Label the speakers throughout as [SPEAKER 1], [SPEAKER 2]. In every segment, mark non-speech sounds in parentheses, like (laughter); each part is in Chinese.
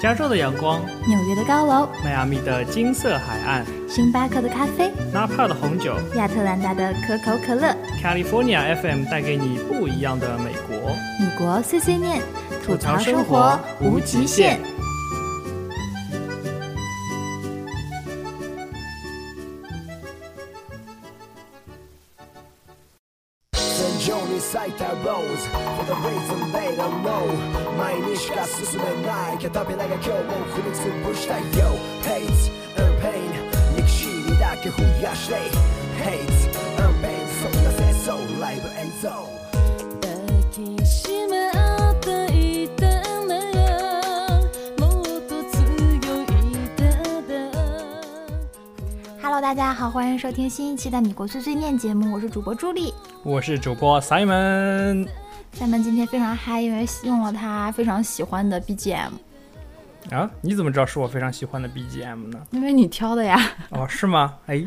[SPEAKER 1] 加州的阳光，
[SPEAKER 2] 纽约的高楼，
[SPEAKER 1] 迈阿密的金色海岸，
[SPEAKER 2] 星巴克的咖啡，
[SPEAKER 1] 纳帕的红酒
[SPEAKER 2] 亚特兰大的可口可乐，
[SPEAKER 1] ，California FM 带给你不一样的美国。
[SPEAKER 2] 米国碎碎念，吐槽生
[SPEAKER 1] 吐槽生
[SPEAKER 2] 活
[SPEAKER 1] 活
[SPEAKER 2] 无
[SPEAKER 1] 无极
[SPEAKER 2] 极
[SPEAKER 1] 限
[SPEAKER 2] 限。
[SPEAKER 3] 全場に咲いたローズ For the reason they don't know 前にしか進めない片びらが今日も踏みつぶしたい Yo, hates and pain 憎しみだけ増やして Hates and pain そんな戦争ライブ演奏
[SPEAKER 4] 抱きしめ合っていたならもっと強いただ
[SPEAKER 2] Hello，大家好，欢迎收听新一期的《米国碎碎念》节目，我是主播朱莉。
[SPEAKER 1] 我是主播 Simon，
[SPEAKER 2] 咱们今天非常嗨，因为用了他非常喜欢的 BGM，
[SPEAKER 1] 啊，你怎么知道是我非常喜欢的 BGM 呢？
[SPEAKER 2] 因为你挑的呀。 (laughs)
[SPEAKER 1] 哦，是吗？哎，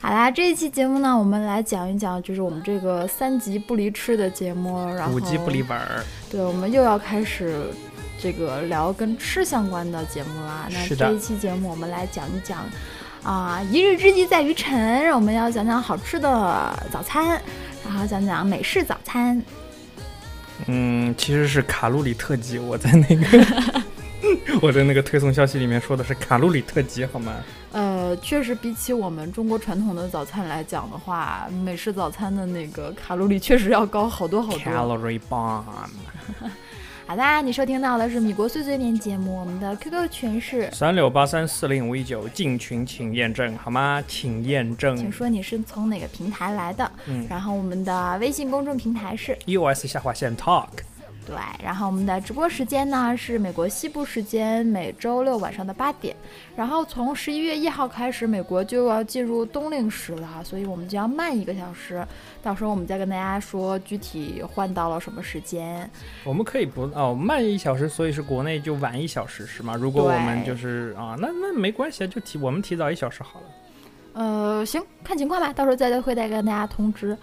[SPEAKER 2] 好啦，这一期节目呢，我们来讲一讲，就是我们这个三级不离吃的节目，然后
[SPEAKER 1] 五级不离本儿，
[SPEAKER 2] 对，我们又要开始这个聊跟吃相关的节目啦。
[SPEAKER 1] 是
[SPEAKER 2] 那
[SPEAKER 1] 的
[SPEAKER 2] 这一期节目我们来讲一讲啊、一日之计在于晨，我们要讲讲好吃的早餐，然后讲讲美式早餐。
[SPEAKER 1] 嗯，其实是卡路里特辑。我在那个 (laughs) 我在那个推送消息里面说的是卡路里特辑，好吗？
[SPEAKER 2] 呃，确实比起我们中国传统的早餐来讲的话，美式早餐的那个卡路里确实要高好多好多。
[SPEAKER 1] Calorie bomb，
[SPEAKER 2] 好啦，你收听到的是米国碎碎念节目，我们的 QQ 群是，
[SPEAKER 1] 三六八三四零五一九，进群请验证，好吗？请验
[SPEAKER 2] 请
[SPEAKER 1] 证。
[SPEAKER 2] 说你是从哪个平台来的，
[SPEAKER 1] 嗯
[SPEAKER 2] 然后我们的微信公众平台是
[SPEAKER 1] US 下划线 Talk，
[SPEAKER 2] 对，然后我们的直播时间呢是美国西部时间每周六晚上的八点，然后从十一月一号开始，美国就要进入冬令时了，所以我们就要慢一个小时，到时候我们再跟大家说具体换到了什么时间。
[SPEAKER 1] 我们可以不哦慢一小时，所以是国内就晚一小时是吗？如果
[SPEAKER 2] 对
[SPEAKER 1] 我们就是啊，那那没关系啊，就提我们提早一小时好了。
[SPEAKER 2] 呃，行，看情况吧，到时候再会再跟大家通知。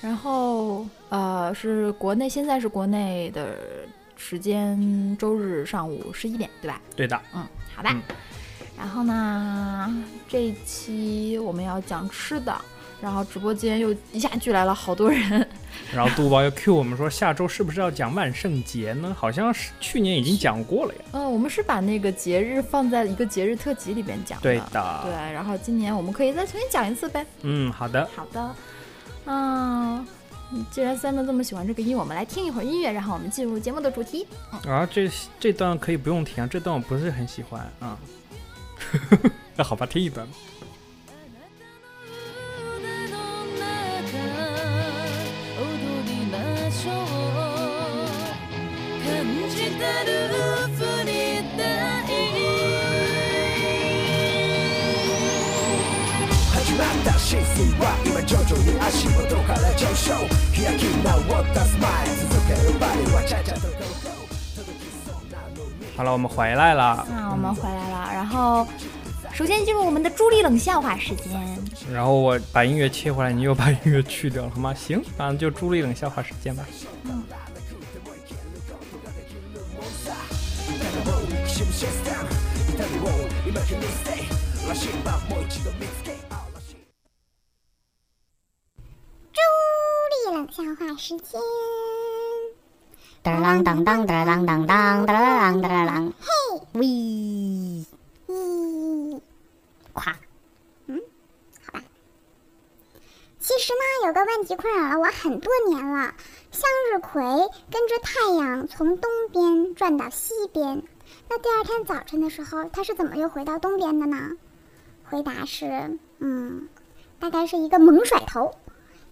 [SPEAKER 2] 然后呃，是国内现在是国内的时间，周日上午十一点，对吧？
[SPEAKER 1] 对的，
[SPEAKER 2] 嗯，好吧。
[SPEAKER 1] 嗯
[SPEAKER 2] 然后呢，这一期我们要讲吃的，然后直播间又一下聚来了好多人。 (laughs)
[SPEAKER 1] 然后杜宝又 Q 我们说下周是不是要讲万圣节呢？好像是去年已经讲过了呀。
[SPEAKER 2] 嗯，我们是把那个节日放在一个节日特辑里边讲的。
[SPEAKER 1] 对的，
[SPEAKER 2] 对然后今年我们可以再重新讲一次呗。
[SPEAKER 1] 嗯，好的，
[SPEAKER 2] 好的，嗯，既然三 i 这么喜欢这个音乐，我们来听一会儿音乐，然后我们进入节目的主题。
[SPEAKER 1] 然后啊这这段可以不用听，这段我不是很喜欢啊。那好吧，E 听一段吧。
[SPEAKER 4] 胸の中踊りましょう感じたるふりたい
[SPEAKER 3] 始まったシーズンは今徐々に足元から上昇開き直ったスマイル続けるバリはちゃちゃと go go 届きそうなのに
[SPEAKER 1] 好了，我们回来了。
[SPEAKER 2] 那我们回来了，然后首先进入我们的朱莉冷笑话时间。
[SPEAKER 1] 然后我把音乐切回来，你又把音乐去掉了，好吗？ (laughs) 行，反正就朱丽冷笑话时间吧。
[SPEAKER 5] 朱莉冷笑话时间。噔儿啷当当，噔儿啷当当，噔儿啷噔儿啷。嘿，喂，咦，咵，嗯，好吧。其实呢，有个问题困扰了我很多年了。向日葵跟着太阳从东边转到西边，那第二天早晨的时候，它是怎么又回到东边的呢？回答是，嗯，大概是一个猛甩头。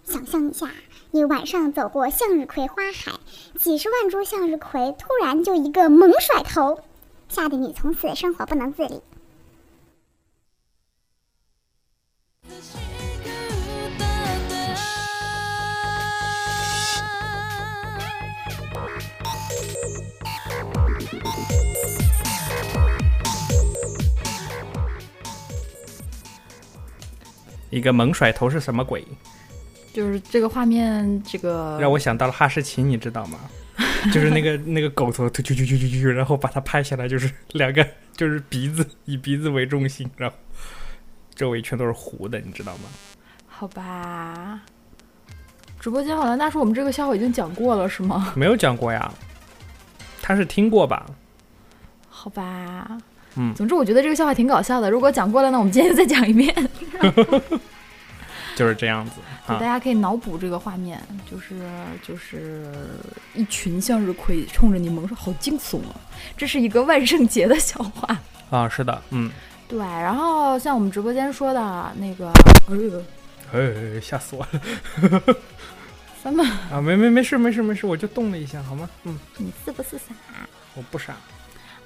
[SPEAKER 5] 想象一下，你晚上走过向日葵花海，几十万株向日葵突然就一个猛甩头，吓得你从此生活不能自理。
[SPEAKER 4] 優しく歌った
[SPEAKER 1] 一个猛甩头是什么鬼？
[SPEAKER 2] 就是这个画面，这个
[SPEAKER 1] 嗯让我想到了哈士奇，你知道吗？ (laughs) 就是那个那个狗头，突突突突突突，然后把它拍下来，就是 (laughs) 两个就是鼻子以鼻子为中心，然后周围全都是糊的，你知道吗？
[SPEAKER 2] 好吧。直播间好像那是我们这个笑话已经讲过了，是吗？
[SPEAKER 1] 没有讲过呀，他是听过吧？
[SPEAKER 2] 好吧。
[SPEAKER 1] 嗯
[SPEAKER 2] 总之我觉得这个笑话挺搞笑的。如果讲过了呢，我们今天再讲
[SPEAKER 1] (laughs)
[SPEAKER 2] 一遍，
[SPEAKER 1] 就是这样子
[SPEAKER 2] 就大
[SPEAKER 1] 啊。
[SPEAKER 2] 家可以脑补这个画面，就是就是一群向日葵冲着你萌说好惊悚啊！这是一个万圣节的笑话。
[SPEAKER 1] 啊，是的，嗯，
[SPEAKER 2] (laughs) 对，然后像我们直播间说的那个，哎呦，
[SPEAKER 1] 哎，吓死我了
[SPEAKER 2] 三妹，
[SPEAKER 1] (laughs) 啊！没没没事没事没事，我就动了一下，好吗？嗯，
[SPEAKER 2] 你是不是傻？
[SPEAKER 1] 我不傻。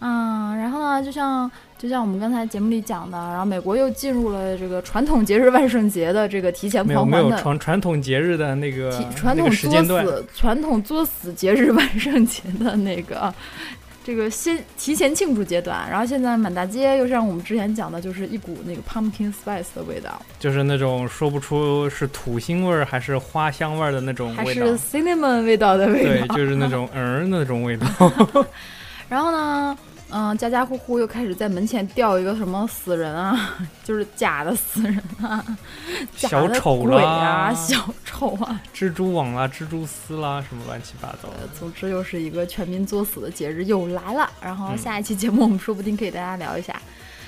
[SPEAKER 2] 嗯，然后呢，就像就像我们刚才节目里讲的，然后美国又进入了这个传统节日万圣节的这个提前
[SPEAKER 1] 没有
[SPEAKER 2] 狂
[SPEAKER 1] 没
[SPEAKER 2] 欢
[SPEAKER 1] 有
[SPEAKER 2] 的
[SPEAKER 1] 传传统节日的呃那个
[SPEAKER 2] 提传
[SPEAKER 1] 那
[SPEAKER 2] 统
[SPEAKER 1] 个时
[SPEAKER 2] 作
[SPEAKER 1] 间段，
[SPEAKER 2] 死传统作死节日万圣节的那个啊这个先提前庆祝阶段，然后现在满大街又像我们之前讲的，就是一股那个 pumpkin spice 的味道，
[SPEAKER 1] 就是那种说不出是土腥味儿还是花香味儿的那种
[SPEAKER 2] 还
[SPEAKER 1] 味
[SPEAKER 2] 是
[SPEAKER 1] 道。
[SPEAKER 2] cinnamon 味道的味道。
[SPEAKER 1] 对，就是那种嗯那种味道。
[SPEAKER 2] (laughs) 然后呢，嗯、家家户户又开始在门前吊一个什么死人啊， (laughs) 就是假的死人啊， (laughs) 假
[SPEAKER 1] 小
[SPEAKER 2] 的
[SPEAKER 1] 丑
[SPEAKER 2] 鬼
[SPEAKER 1] 啦
[SPEAKER 2] 啊，小丑啊，
[SPEAKER 1] 蜘蛛网啦、蜘蛛丝啦，什么乱七八糟的。
[SPEAKER 2] 总之又是一个全民作死的节日又来了。然后
[SPEAKER 1] 嗯
[SPEAKER 2] 下一期节目我们说不定可以大家聊一下。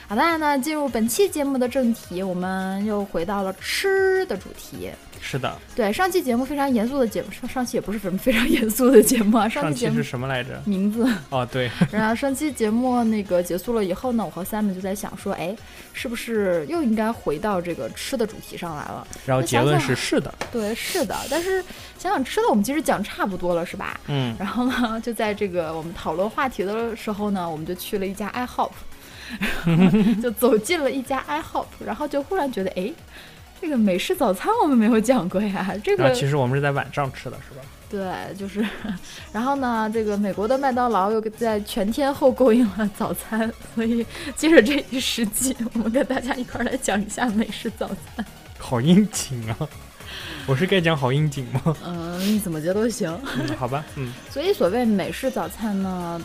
[SPEAKER 2] 好，当然呢，进入本期节目的正题，我们又回到了吃的主题。
[SPEAKER 1] 是的，
[SPEAKER 2] 对，上期节目非常严肃的节目，上上期也不是什么非常 (laughs) 严肃的节目啊，上
[SPEAKER 1] 上
[SPEAKER 2] 期节
[SPEAKER 1] 期
[SPEAKER 2] 目
[SPEAKER 1] 是什么来着？
[SPEAKER 2] 名字
[SPEAKER 1] 哦，
[SPEAKER 2] (laughs)
[SPEAKER 1] 对，
[SPEAKER 2] 然后上期节目那个结束了以后呢，我和 Simon 就在想说，哎，是不是又应该回到这个吃的主题上来了？
[SPEAKER 1] 然后
[SPEAKER 2] 那
[SPEAKER 1] 结
[SPEAKER 2] 想
[SPEAKER 1] 论
[SPEAKER 2] 想
[SPEAKER 1] 是是的，
[SPEAKER 2] 对，是的，但是想想吃的，我们其实讲差不多了，是吧？
[SPEAKER 1] 嗯，
[SPEAKER 2] 然后呢，就在这个我们讨论话题的时候呢，我们就去了一家 IHOP，然后就走进了一家 IHOP，然后就忽然觉得，哎，这个美式早餐我们没有讲过呀，这
[SPEAKER 1] 然
[SPEAKER 2] 个
[SPEAKER 1] 后啊其实我们是在晚上吃的，是吧？
[SPEAKER 2] 对，就是，然后呢，这个美国的麦当劳又在全天候供应了早餐，所以借着这一时机，我们跟大家一块儿来讲一下美式早餐。
[SPEAKER 1] 好应景啊！我是该讲好应景吗？
[SPEAKER 2] 嗯，你怎么觉得都行。
[SPEAKER 1] 嗯，好吧，嗯，
[SPEAKER 2] 所以所谓美式早餐呢，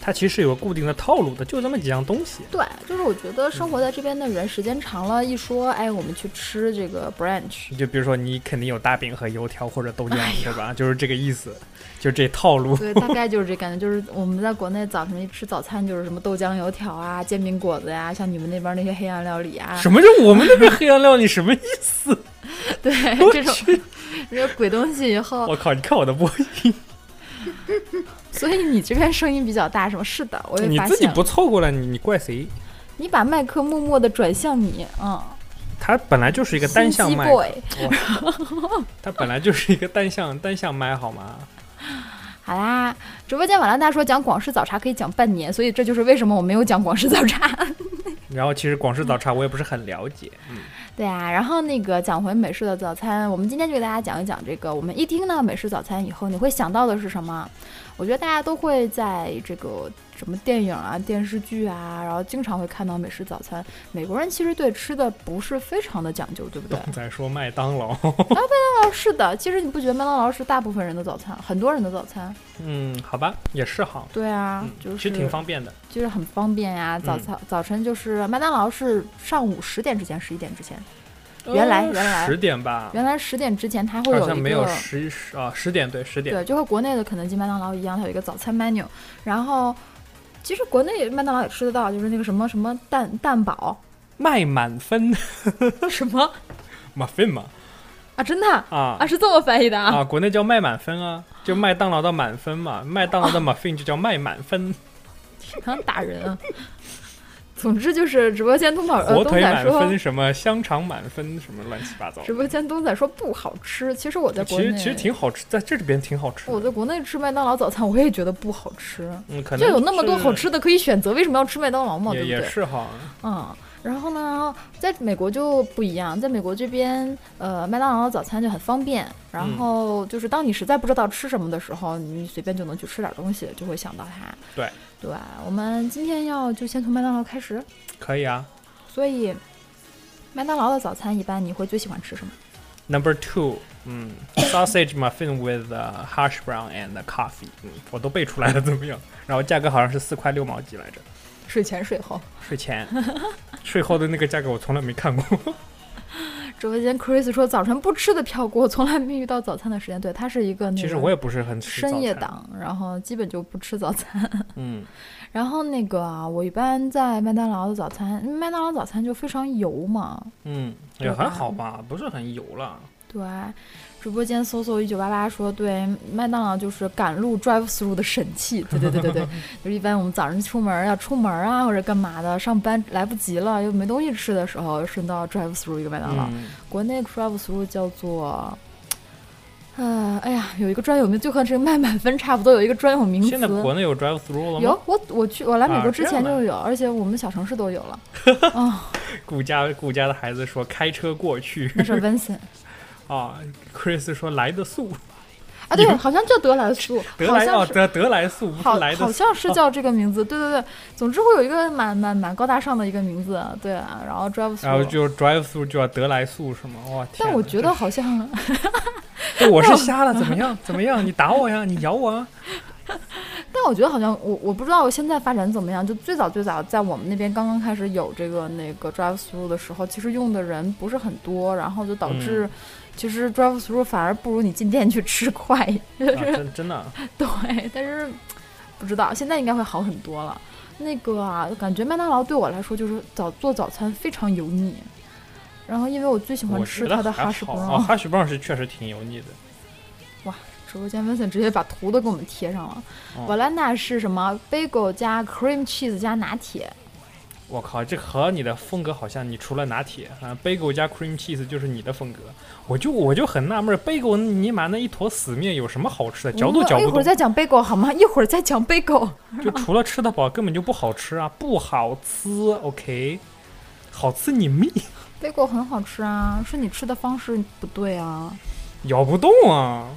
[SPEAKER 1] 它其实有个固定的套路的，就这么几样东西。
[SPEAKER 2] 对，就是我觉
[SPEAKER 1] 嗯
[SPEAKER 2] 得生活在这边的人时间长了，一说，哎，我们去吃这个
[SPEAKER 1] (laughs)
[SPEAKER 2] brunch，
[SPEAKER 1] 就比如说你肯定有大饼和油条或者豆浆，
[SPEAKER 2] 哎呀
[SPEAKER 1] 对吧？就是这个意思，就这套路。
[SPEAKER 2] 对，大概就是这感觉，就是我们在国内早晨一吃早餐就是什么豆浆油条啊、煎饼果子呀、像你们那边那些黑暗料理啊，
[SPEAKER 1] (laughs) 什么叫我们那边黑暗料理？什么意思？ (laughs)
[SPEAKER 2] 对，
[SPEAKER 1] 我
[SPEAKER 2] 这种哦
[SPEAKER 1] 去，
[SPEAKER 2] 这种鬼东西以后。
[SPEAKER 1] 我靠！你看我的播音，
[SPEAKER 2] 所以你这边声音比较大，是吗？是的，我也
[SPEAKER 1] 你
[SPEAKER 2] 发
[SPEAKER 1] 自己
[SPEAKER 2] 现了。
[SPEAKER 1] 不凑过来，你你怪谁？
[SPEAKER 2] 你把麦克默默的转向你，嗯，
[SPEAKER 1] 它本来就是一个单向
[SPEAKER 2] 心机
[SPEAKER 1] 麦
[SPEAKER 2] boy。
[SPEAKER 1] 它本来就是一个单向单向麦，好吗？
[SPEAKER 2] 好啦，直播间晚兰大说讲广式早茶可以讲半年，所以这就是为什么我没有讲广式早茶。
[SPEAKER 1] 然后其实广式早茶我也不是很了解，嗯，
[SPEAKER 2] 对啊，然后那个讲回美式的早餐，我们今天就给大家讲一讲这个。我们一听到美式早餐以后，你会想到的是什么？我觉得大家都会在这个什么电影啊、电视剧啊，然后经常会看到美式早餐。美国人其实对吃的不是非常的讲究，对不对？
[SPEAKER 1] 再说麦当劳， (laughs)
[SPEAKER 2] 哦，是的，其实你不觉得麦当劳是大部分人的早餐，很多人的早餐？
[SPEAKER 1] 嗯，好吧，也是哈，
[SPEAKER 2] 对啊，
[SPEAKER 1] 嗯，
[SPEAKER 2] 就是
[SPEAKER 1] 其实挺方便的，
[SPEAKER 2] 就是很方便呀、早餐、早晨就是麦当劳是上午十点之前，十一点之前，
[SPEAKER 1] 哦
[SPEAKER 2] 原来原来
[SPEAKER 1] 十点吧，
[SPEAKER 2] 原来十点之前它会
[SPEAKER 1] 好
[SPEAKER 2] 有
[SPEAKER 1] 像
[SPEAKER 2] 一
[SPEAKER 1] 没有
[SPEAKER 2] 个。
[SPEAKER 1] 十十啊十点对十点，
[SPEAKER 2] 对，就和国内的肯德基、麦当劳一样，它有一个早餐 menu。然后，其实国内麦当劳也吃得到，就是那个什么什么蛋蛋堡
[SPEAKER 1] 麦满分 (laughs)
[SPEAKER 2] 什么
[SPEAKER 1] 马芬嘛
[SPEAKER 2] 啊，真的啊
[SPEAKER 1] 啊
[SPEAKER 2] 是这么翻译的啊。哦
[SPEAKER 1] 啊，国内叫麦满分啊，就麦当劳的满分嘛，麦当劳的马芬就叫麦满分，
[SPEAKER 2] 想打人啊！总之就是直播间东宝呃
[SPEAKER 1] 火
[SPEAKER 2] 东
[SPEAKER 1] 腿
[SPEAKER 2] 仔
[SPEAKER 1] 满
[SPEAKER 2] 说，
[SPEAKER 1] 分，什么香肠满分，什么乱七八糟
[SPEAKER 2] 直。播间东仔说不好吃。其实我在国
[SPEAKER 1] 其
[SPEAKER 2] 内，哦
[SPEAKER 1] 实其实挺好吃，在这里边挺好吃
[SPEAKER 2] 我
[SPEAKER 1] 的。
[SPEAKER 2] 在国内吃麦当劳早餐，我也觉得不好吃。
[SPEAKER 1] 嗯，可能
[SPEAKER 2] 就有那么多
[SPEAKER 1] 是
[SPEAKER 2] 好吃的可以选择，为什么要吃麦当劳嘛？对
[SPEAKER 1] 也
[SPEAKER 2] 不
[SPEAKER 1] 也
[SPEAKER 2] 对？
[SPEAKER 1] 是哈，
[SPEAKER 2] 嗯。然后呢，在美国就不一样，在美国这边，呃，麦当劳早餐就很方便。然
[SPEAKER 1] 嗯
[SPEAKER 2] 后就是当你实在不知道吃什么的时候，你随便就能去吃点东西，就会想到它。
[SPEAKER 1] 对，
[SPEAKER 2] 对，我们今天要就先从麦当劳开始。
[SPEAKER 1] 可以啊。
[SPEAKER 2] 所以，麦当劳的早餐一般你会最喜欢吃什么？
[SPEAKER 1] Number two，嗯，sausage muffin with、uh, hash brown and coffee，嗯，我都背出来了，怎么样？然后价格好像是四块六毛几来着，
[SPEAKER 2] 睡前睡后，
[SPEAKER 1] 税
[SPEAKER 2] (laughs)
[SPEAKER 1] 前，税后的那个价格我从来没看
[SPEAKER 2] 嗯
[SPEAKER 1] 过。
[SPEAKER 2] 直播间 Chris 说早晨不吃的跳过，从来没遇到早餐的时间。对，他是一个那
[SPEAKER 1] 其实
[SPEAKER 2] 个
[SPEAKER 1] 我也不是很吃早
[SPEAKER 2] 深夜
[SPEAKER 1] 餐，
[SPEAKER 2] 党，然后基本就不吃早餐。
[SPEAKER 1] 嗯，
[SPEAKER 2] 然后那个啊，我一般在麦当劳的早餐，麦当劳早餐就非常油嘛。
[SPEAKER 1] 嗯，也
[SPEAKER 2] 对
[SPEAKER 1] 还
[SPEAKER 2] 吧
[SPEAKER 1] 好吧，不是很油了。
[SPEAKER 2] 对，直播间搜搜一九八八说，对，麦当劳就是赶路 drive through 的神器。对对对对
[SPEAKER 1] (laughs)
[SPEAKER 2] 对，就是一般我们早上出门要出门啊，或者干嘛的，上班来不及了又没东西吃的时候，顺道 drive through 一个麦当劳。
[SPEAKER 1] 嗯，
[SPEAKER 2] 国内 drive through 叫做。呃，哎呀，有一个专有名，就和这个卖满分差不多，有一个专有名词。
[SPEAKER 1] 现在国内有 drive through 了吗？
[SPEAKER 2] 有我，我去，我来美
[SPEAKER 1] 啊
[SPEAKER 2] 国之
[SPEAKER 1] 这样
[SPEAKER 2] 前就
[SPEAKER 1] 的
[SPEAKER 2] 有，而且我们小城市都有了。啊，
[SPEAKER 1] 顾家顾家的孩子说开车过去
[SPEAKER 2] 那是 Vincent
[SPEAKER 1] 啊，Chris 说来的速，
[SPEAKER 2] (laughs) 啊，对，好像叫德莱素，
[SPEAKER 1] (laughs) 德
[SPEAKER 2] 好
[SPEAKER 1] 莱哦
[SPEAKER 2] 像是。
[SPEAKER 1] 德德莱速不
[SPEAKER 2] 好
[SPEAKER 1] 是来，的哦
[SPEAKER 2] 好
[SPEAKER 1] 速，
[SPEAKER 2] 像是叫这个名字，对对对，总之会有一个蛮蛮蛮高大上的一个名字，对啊，然后 drive
[SPEAKER 1] 然后
[SPEAKER 2] through，
[SPEAKER 1] 就 drive through 就要德莱速是吗？哇天哪！
[SPEAKER 2] 但我觉得好像
[SPEAKER 1] 这我是瞎了，怎么样？怎 (laughs) 么样？你打我呀！你咬我
[SPEAKER 2] (laughs)
[SPEAKER 1] 啊！
[SPEAKER 2] 但我觉得好像我我不知道现在发展怎么样。就最早最早在我们那边刚刚开始有这个那个 drive through 的时候，其实用的人不是很多，然后就导
[SPEAKER 1] 嗯
[SPEAKER 2] 致其实 drive through 反而不如你进店去吃快。
[SPEAKER 1] 啊真真的，
[SPEAKER 2] (laughs) 对，但是不知道现在应该会好很多了。那个啊，感觉麦当劳对我来说就是早做早餐非常油腻，然后因为我最喜欢
[SPEAKER 1] 我
[SPEAKER 2] 吃
[SPEAKER 1] 觉
[SPEAKER 2] 它
[SPEAKER 1] 得
[SPEAKER 2] 的
[SPEAKER 1] 还
[SPEAKER 2] 哈士
[SPEAKER 1] 好
[SPEAKER 2] 伯
[SPEAKER 1] 啊，哈士 brown 是确实挺油腻的。
[SPEAKER 2] 直播间 Vincent 直接把图都给我们贴上了。
[SPEAKER 1] 哦
[SPEAKER 2] Valana 是什么？bagel 加 cream cheese 加拿铁。
[SPEAKER 1] 我靠，这和你的风格好像，你除了拿铁啊，bagel 加 cream cheese 就是你的风格。我就我就很纳闷，bagel 尼玛那一坨死面有什么好吃的？嚼都
[SPEAKER 2] 我们
[SPEAKER 1] 嚼
[SPEAKER 2] 一
[SPEAKER 1] 不
[SPEAKER 2] 会
[SPEAKER 1] 动，
[SPEAKER 2] 儿再讲 bagel 好吗？一会儿再讲 bagel。 (laughs)
[SPEAKER 1] 就除了吃得饱，根本就不好吃啊，不好吃。OK，好吃你命，
[SPEAKER 2] bagel 很好吃啊，是你吃的方式不对啊。
[SPEAKER 1] 咬不动啊。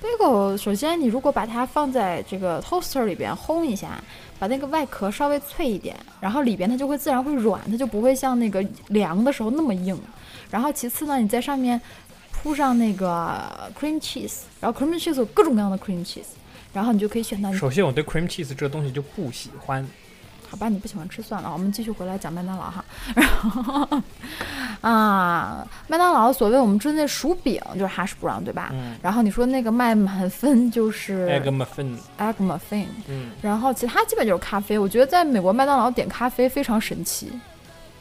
[SPEAKER 2] bagel 首先你如果把它放在这个 toaster 里边烘一下，把那个外壳稍微脆一点，然后里边它就会自然会软，它就不会像那个凉的时候那么硬。然后其次呢，你在上面铺上那个 cream cheese，然后 cream cheese 有各种各样的 cream cheese，然后你就可以选到你
[SPEAKER 1] 首先，我对 cream cheese 这个东西就不喜欢。
[SPEAKER 2] 好吧，你不喜欢吃算了，我们继续回来讲麦当劳哈。然后 (laughs) 啊，麦当劳所谓我们吃那薯饼就是 hash brown 对吧？
[SPEAKER 1] 嗯
[SPEAKER 2] 然后你说那个麦满分就是
[SPEAKER 1] egg muffin，
[SPEAKER 2] egg muffin，
[SPEAKER 1] 嗯，
[SPEAKER 2] 然后其他基本就是咖啡。我觉得在美国麦当劳点咖啡非常神奇，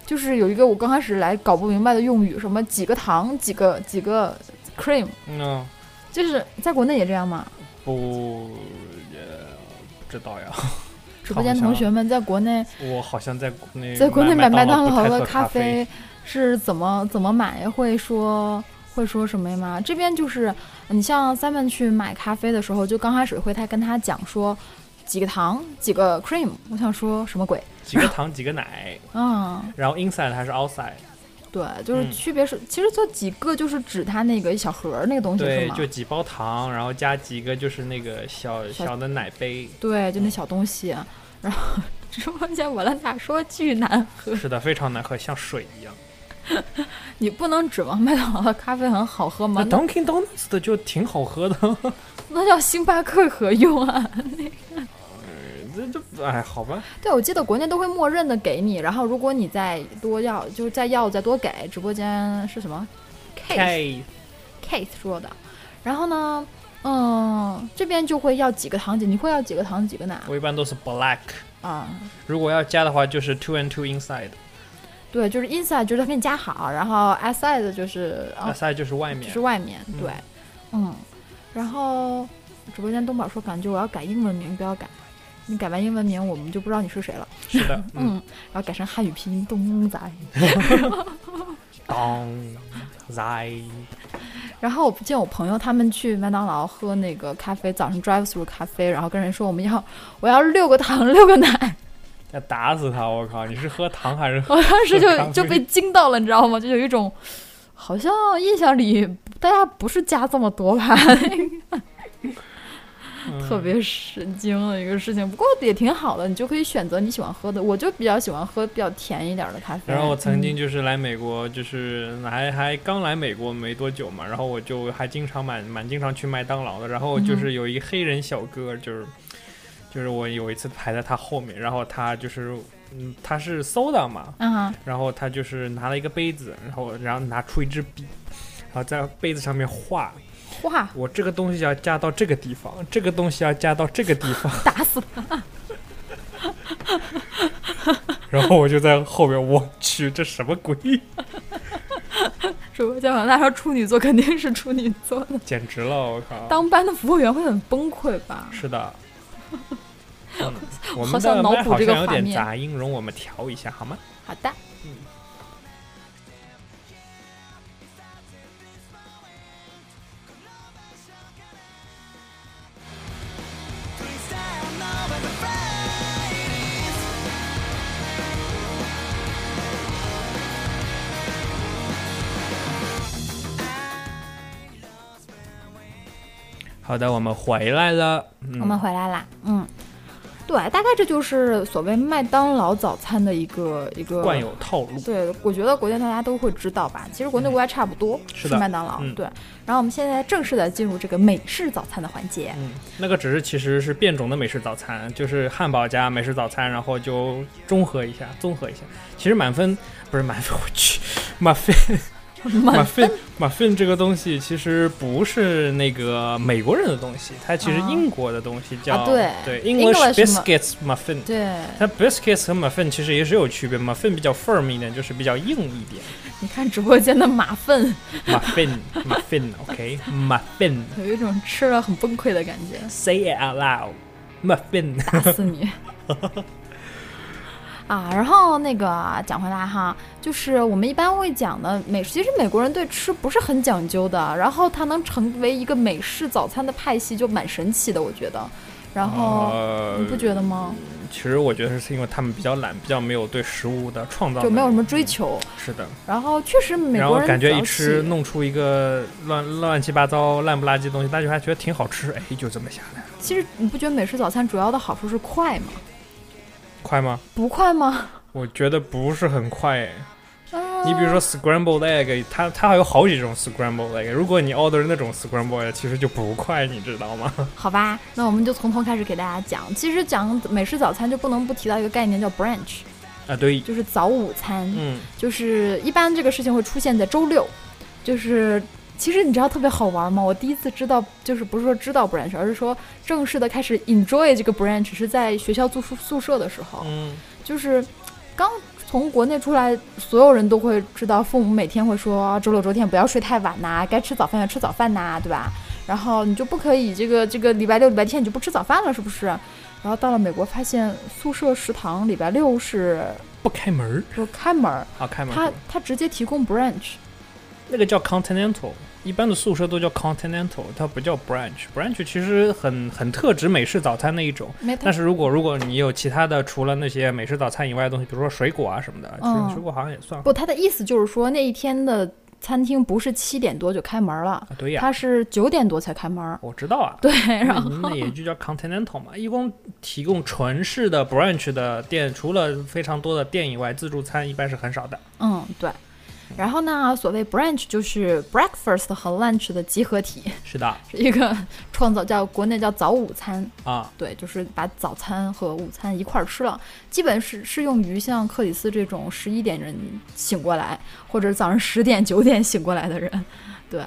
[SPEAKER 2] 就是有一个我刚开始来搞不明白的用语，什么几个糖几个几个 cream，
[SPEAKER 1] 嗯，
[SPEAKER 2] 就是在国内也这样吗？
[SPEAKER 1] 不，呃，不知道呀。
[SPEAKER 2] 直播间同学们在国内
[SPEAKER 1] 我好像在国内
[SPEAKER 2] 在国内买
[SPEAKER 1] 麦
[SPEAKER 2] 麦当
[SPEAKER 1] 劳不
[SPEAKER 2] 劳
[SPEAKER 1] 太
[SPEAKER 2] 的
[SPEAKER 1] 喝
[SPEAKER 2] 咖
[SPEAKER 1] 啡，
[SPEAKER 2] 啡是怎么怎么买？会说会说什么吗？这边就是你像三 i 去买咖啡的时候，就刚开始会他跟他讲说几个糖几个 cream，我想说什么鬼？
[SPEAKER 1] 几个糖几个奶，
[SPEAKER 2] 嗯，
[SPEAKER 1] 然后 inside 还是 outside？
[SPEAKER 2] 对，就是
[SPEAKER 1] 嗯
[SPEAKER 2] 区别是，其实就几个就是指它那个一小盒儿那个东西是
[SPEAKER 1] 对，
[SPEAKER 2] 吗
[SPEAKER 1] 就？几包糖，然后加几个就是那个小
[SPEAKER 2] 小
[SPEAKER 1] 小的奶
[SPEAKER 2] (laughs)
[SPEAKER 1] 杯。
[SPEAKER 2] 对，
[SPEAKER 1] 嗯
[SPEAKER 2] 就那小东西。然后直播间我兰塔说巨难喝，
[SPEAKER 1] 是的，非常难喝，像水一样。
[SPEAKER 2] 你不能指望麦当劳的咖啡很好喝吗
[SPEAKER 1] 那？Dunkin' Donuts 的就挺好喝的， (laughs)
[SPEAKER 2] 那叫星巴克何用啊？ (laughs)
[SPEAKER 1] 这这哎，好吧，
[SPEAKER 2] 对，我记得国内都会默认的给你，然后如果你再多要，就是再要再多给。直播间是什么 Case
[SPEAKER 1] K
[SPEAKER 2] Case 说的，然后呢，嗯，这边就会要几个糖几，你会要几个糖几个奶
[SPEAKER 1] 我一般都是 black，
[SPEAKER 2] 啊？
[SPEAKER 1] 如果要加的话就是 two and two inside，outside、
[SPEAKER 2] 对，就是 inside 就是它给你加好，然后 outside 就是啊、
[SPEAKER 1] Outside 就是外
[SPEAKER 2] 就
[SPEAKER 1] 面
[SPEAKER 2] 是。外面，
[SPEAKER 1] 嗯
[SPEAKER 2] 对，嗯，然后直播间东宝说感觉我要改英文名，不要改，你改完英文名我们就不知道你是谁了，
[SPEAKER 1] 是的，嗯，
[SPEAKER 2] 嗯，然后改成汉语拼音东仔。
[SPEAKER 1] 当在
[SPEAKER 2] 然后我见我朋友他们去麦当劳喝那个咖啡，早上 drive through 咖啡，然后跟人说我们要我要六个糖六个奶，
[SPEAKER 1] 要打死他！我靠，你是喝糖还是喝？
[SPEAKER 2] (laughs) 我当时
[SPEAKER 1] 喝咖
[SPEAKER 2] 就
[SPEAKER 1] 啡
[SPEAKER 2] 就被惊到了，你知道吗？就有一种好像印象里大家不是加这么多吧，
[SPEAKER 1] 嗯
[SPEAKER 2] (laughs) 特别神经的一个事情。不过也挺好的，你就可以选择你喜欢喝的。我就比较喜欢喝比较甜一点的咖啡。
[SPEAKER 1] 然后我曾经就是来美国，就是还还刚来美国没多久嘛，然后我就还经常蛮蛮经常去麦当劳的。然后就是有一黑人小哥，就是就是我有一次排在他后面，然后他就是嗯他是 soda 嘛，
[SPEAKER 2] 嗯哼，
[SPEAKER 1] 然后他就是拿了一个杯子，然后然后拿出一支笔，然后在杯子上面画，
[SPEAKER 2] 哇，
[SPEAKER 1] 我这个东西要加到这个地方，这个东西要加到这个地方，
[SPEAKER 2] (laughs) 打死他！
[SPEAKER 1] (laughs) 然后我就在后面，我去这什么鬼，
[SPEAKER 2] 主播叫小娜说处女座肯定是处女座的，
[SPEAKER 1] 简直了，我靠！
[SPEAKER 2] 当班的服务员会很崩溃吧？
[SPEAKER 1] 是
[SPEAKER 2] (laughs)
[SPEAKER 1] 的。嗯我
[SPEAKER 2] 好
[SPEAKER 1] 们
[SPEAKER 2] 想
[SPEAKER 1] 的
[SPEAKER 2] 脑
[SPEAKER 1] 麦
[SPEAKER 2] 补
[SPEAKER 1] 好
[SPEAKER 2] 这个
[SPEAKER 1] 像有
[SPEAKER 2] 画
[SPEAKER 1] 点
[SPEAKER 2] 面
[SPEAKER 1] 杂音，容我们调一下好吗？
[SPEAKER 2] 好的，
[SPEAKER 1] 嗯好的，我们回来了。
[SPEAKER 2] 我们
[SPEAKER 1] 嗯，
[SPEAKER 2] 回来啦。嗯，对，大概这就是所谓麦当劳早餐的一个一个
[SPEAKER 1] 惯有套路。
[SPEAKER 2] 对，我觉得国内大家都会知道吧。其实国内国外差不多，
[SPEAKER 1] 是
[SPEAKER 2] 是
[SPEAKER 1] 的
[SPEAKER 2] 麦当劳。
[SPEAKER 1] 嗯
[SPEAKER 2] 对，然后我们现在正式的进入这个美式早餐的
[SPEAKER 1] (laughs)
[SPEAKER 2] 环节。
[SPEAKER 1] 嗯，那个只是其实是变种的美式早餐，就是汉堡加美式早餐，然后就中和一下，综合一下。其实满分不是满分，我去， (laughs) 满分马粪马粪这个东西其实不是那个美国人的东西，它其实
[SPEAKER 2] 啊
[SPEAKER 1] 英国的东西叫、
[SPEAKER 2] 啊对
[SPEAKER 1] ，English
[SPEAKER 2] English ma-
[SPEAKER 1] biscuits muffin。
[SPEAKER 2] 对，
[SPEAKER 1] 它 biscuits 和 muffin 其实也是有区别，muffin 比较 firm 一点，就是比较硬一点。
[SPEAKER 2] 你看直播间的马粪，
[SPEAKER 1] muffin (laughs) muffin OK muffin
[SPEAKER 2] 有一种吃了很崩溃的感
[SPEAKER 1] (laughs)
[SPEAKER 2] 觉，
[SPEAKER 1] say it out loud muffin
[SPEAKER 2] 打
[SPEAKER 1] (laughs)
[SPEAKER 2] 死你！啊，然后那个讲回来哈，就是我们一般会讲的美，其实美国人对吃不是很讲究的，然后它能成为一个美式早餐的派系就蛮神奇的，我觉得。然后、
[SPEAKER 1] 呃
[SPEAKER 2] 你不觉得吗？
[SPEAKER 1] 其实我觉得是因为他们比较懒，比较没有对食物的创造，嗯
[SPEAKER 2] 就没有什么追。求。
[SPEAKER 1] 是的，
[SPEAKER 2] 然后确实美
[SPEAKER 1] 然
[SPEAKER 2] 国
[SPEAKER 1] 后
[SPEAKER 2] 人
[SPEAKER 1] 感觉
[SPEAKER 2] 早
[SPEAKER 1] 一吃
[SPEAKER 2] 起
[SPEAKER 1] 弄出一个乱乱七八糟、烂不拉几的东西，大家还觉得挺好吃，哎，就这么下来了，
[SPEAKER 2] 其实你不觉得美式早餐主要的好处是快吗？
[SPEAKER 1] 快吗？
[SPEAKER 2] 不快吗？
[SPEAKER 1] 我觉得不是很快哎。
[SPEAKER 2] 啊
[SPEAKER 1] (laughs) 你比如说 scrambled egg，它它还有好几种 scrambled egg，如果你 order 那种 scrambled egg，其实就不快，你知道吗？
[SPEAKER 2] 啊好吧，那我们就从头开始给大家讲。其实讲美式早餐就不能不提到一个概念叫 brunch，
[SPEAKER 1] 啊，对，
[SPEAKER 2] 就是早午餐，
[SPEAKER 1] 嗯，
[SPEAKER 2] 就是一般这个事情会出现在周六，就是。其实你知道特别好玩吗？我第一次知道，就是不是说知道 brunch，而是说正式的开始 enjoy 这个 brunch 是在学校住宿宿舍的时候。
[SPEAKER 1] 嗯，
[SPEAKER 2] 就是刚从国内出来，所有人都会知道，父母每天会说啊周六周天不要睡太晚呐、该吃早饭要吃早饭呐、对吧？然后你就不可以这个这个礼拜六礼拜天你就不吃早饭了，是不是？然后到了美国，发现宿舍食堂礼拜六是
[SPEAKER 1] 不开门儿，
[SPEAKER 2] 就开门儿，
[SPEAKER 1] 啊，开门儿
[SPEAKER 2] 他他直接提供 brunch，
[SPEAKER 1] 那个叫 continental，一般的宿舍都叫 continental，它不叫 branch。branch 其实很很特指美式早餐那一种。
[SPEAKER 2] 没
[SPEAKER 1] 但
[SPEAKER 2] 他
[SPEAKER 1] 是如果如果你有其他的，除了那些美式早餐以外的东西，比如说水果啊什么的，
[SPEAKER 2] 嗯
[SPEAKER 1] 水水果好像也算。
[SPEAKER 2] 不他的意思就是说那一天的餐厅不是七点多就开门了，
[SPEAKER 1] 啊，对呀，
[SPEAKER 2] 他是九点多才开门儿，
[SPEAKER 1] 我知道啊。
[SPEAKER 2] 对，
[SPEAKER 1] 那
[SPEAKER 2] 然后
[SPEAKER 1] 那也就叫 continental 嘛，一共提供纯式的 branch 的店，除了非常多的店以外，自助餐一般是很少的。
[SPEAKER 2] 嗯，对。然后呢，所谓 brunch 就是 breakfast 和 lunch 的集合体，
[SPEAKER 1] 是的
[SPEAKER 2] 是一个创造叫国内叫早午餐，
[SPEAKER 1] 啊，
[SPEAKER 2] 对，就是把早餐和午餐一块儿吃了，基本是适用于像克里斯这种十一点人醒过来，或者早上十点九点醒过来的人，对。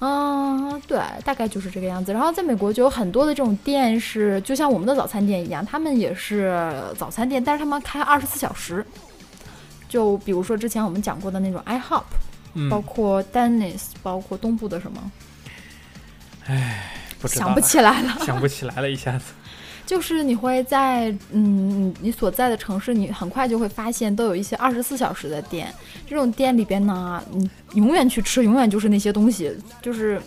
[SPEAKER 2] 嗯，对，大概就是这个样子。然后在美国就有很多的这种店是，就像我们的早餐店一样，他们也是早餐店，但是他们开二十四小时。就比如说之前我们讲过的那种 IHOP，、包
[SPEAKER 1] 嗯，
[SPEAKER 2] 括 Dennis，包括东部的什么，
[SPEAKER 1] 不知道
[SPEAKER 2] 想不
[SPEAKER 1] 了
[SPEAKER 2] 起来了。
[SPEAKER 1] 想不起来了，一下子。
[SPEAKER 2] 就是你会在嗯你你所在的城市，你很快就会发现都有一些二十四小时的店。这种店里边呢，你永远去吃，永远就是那些东西，就是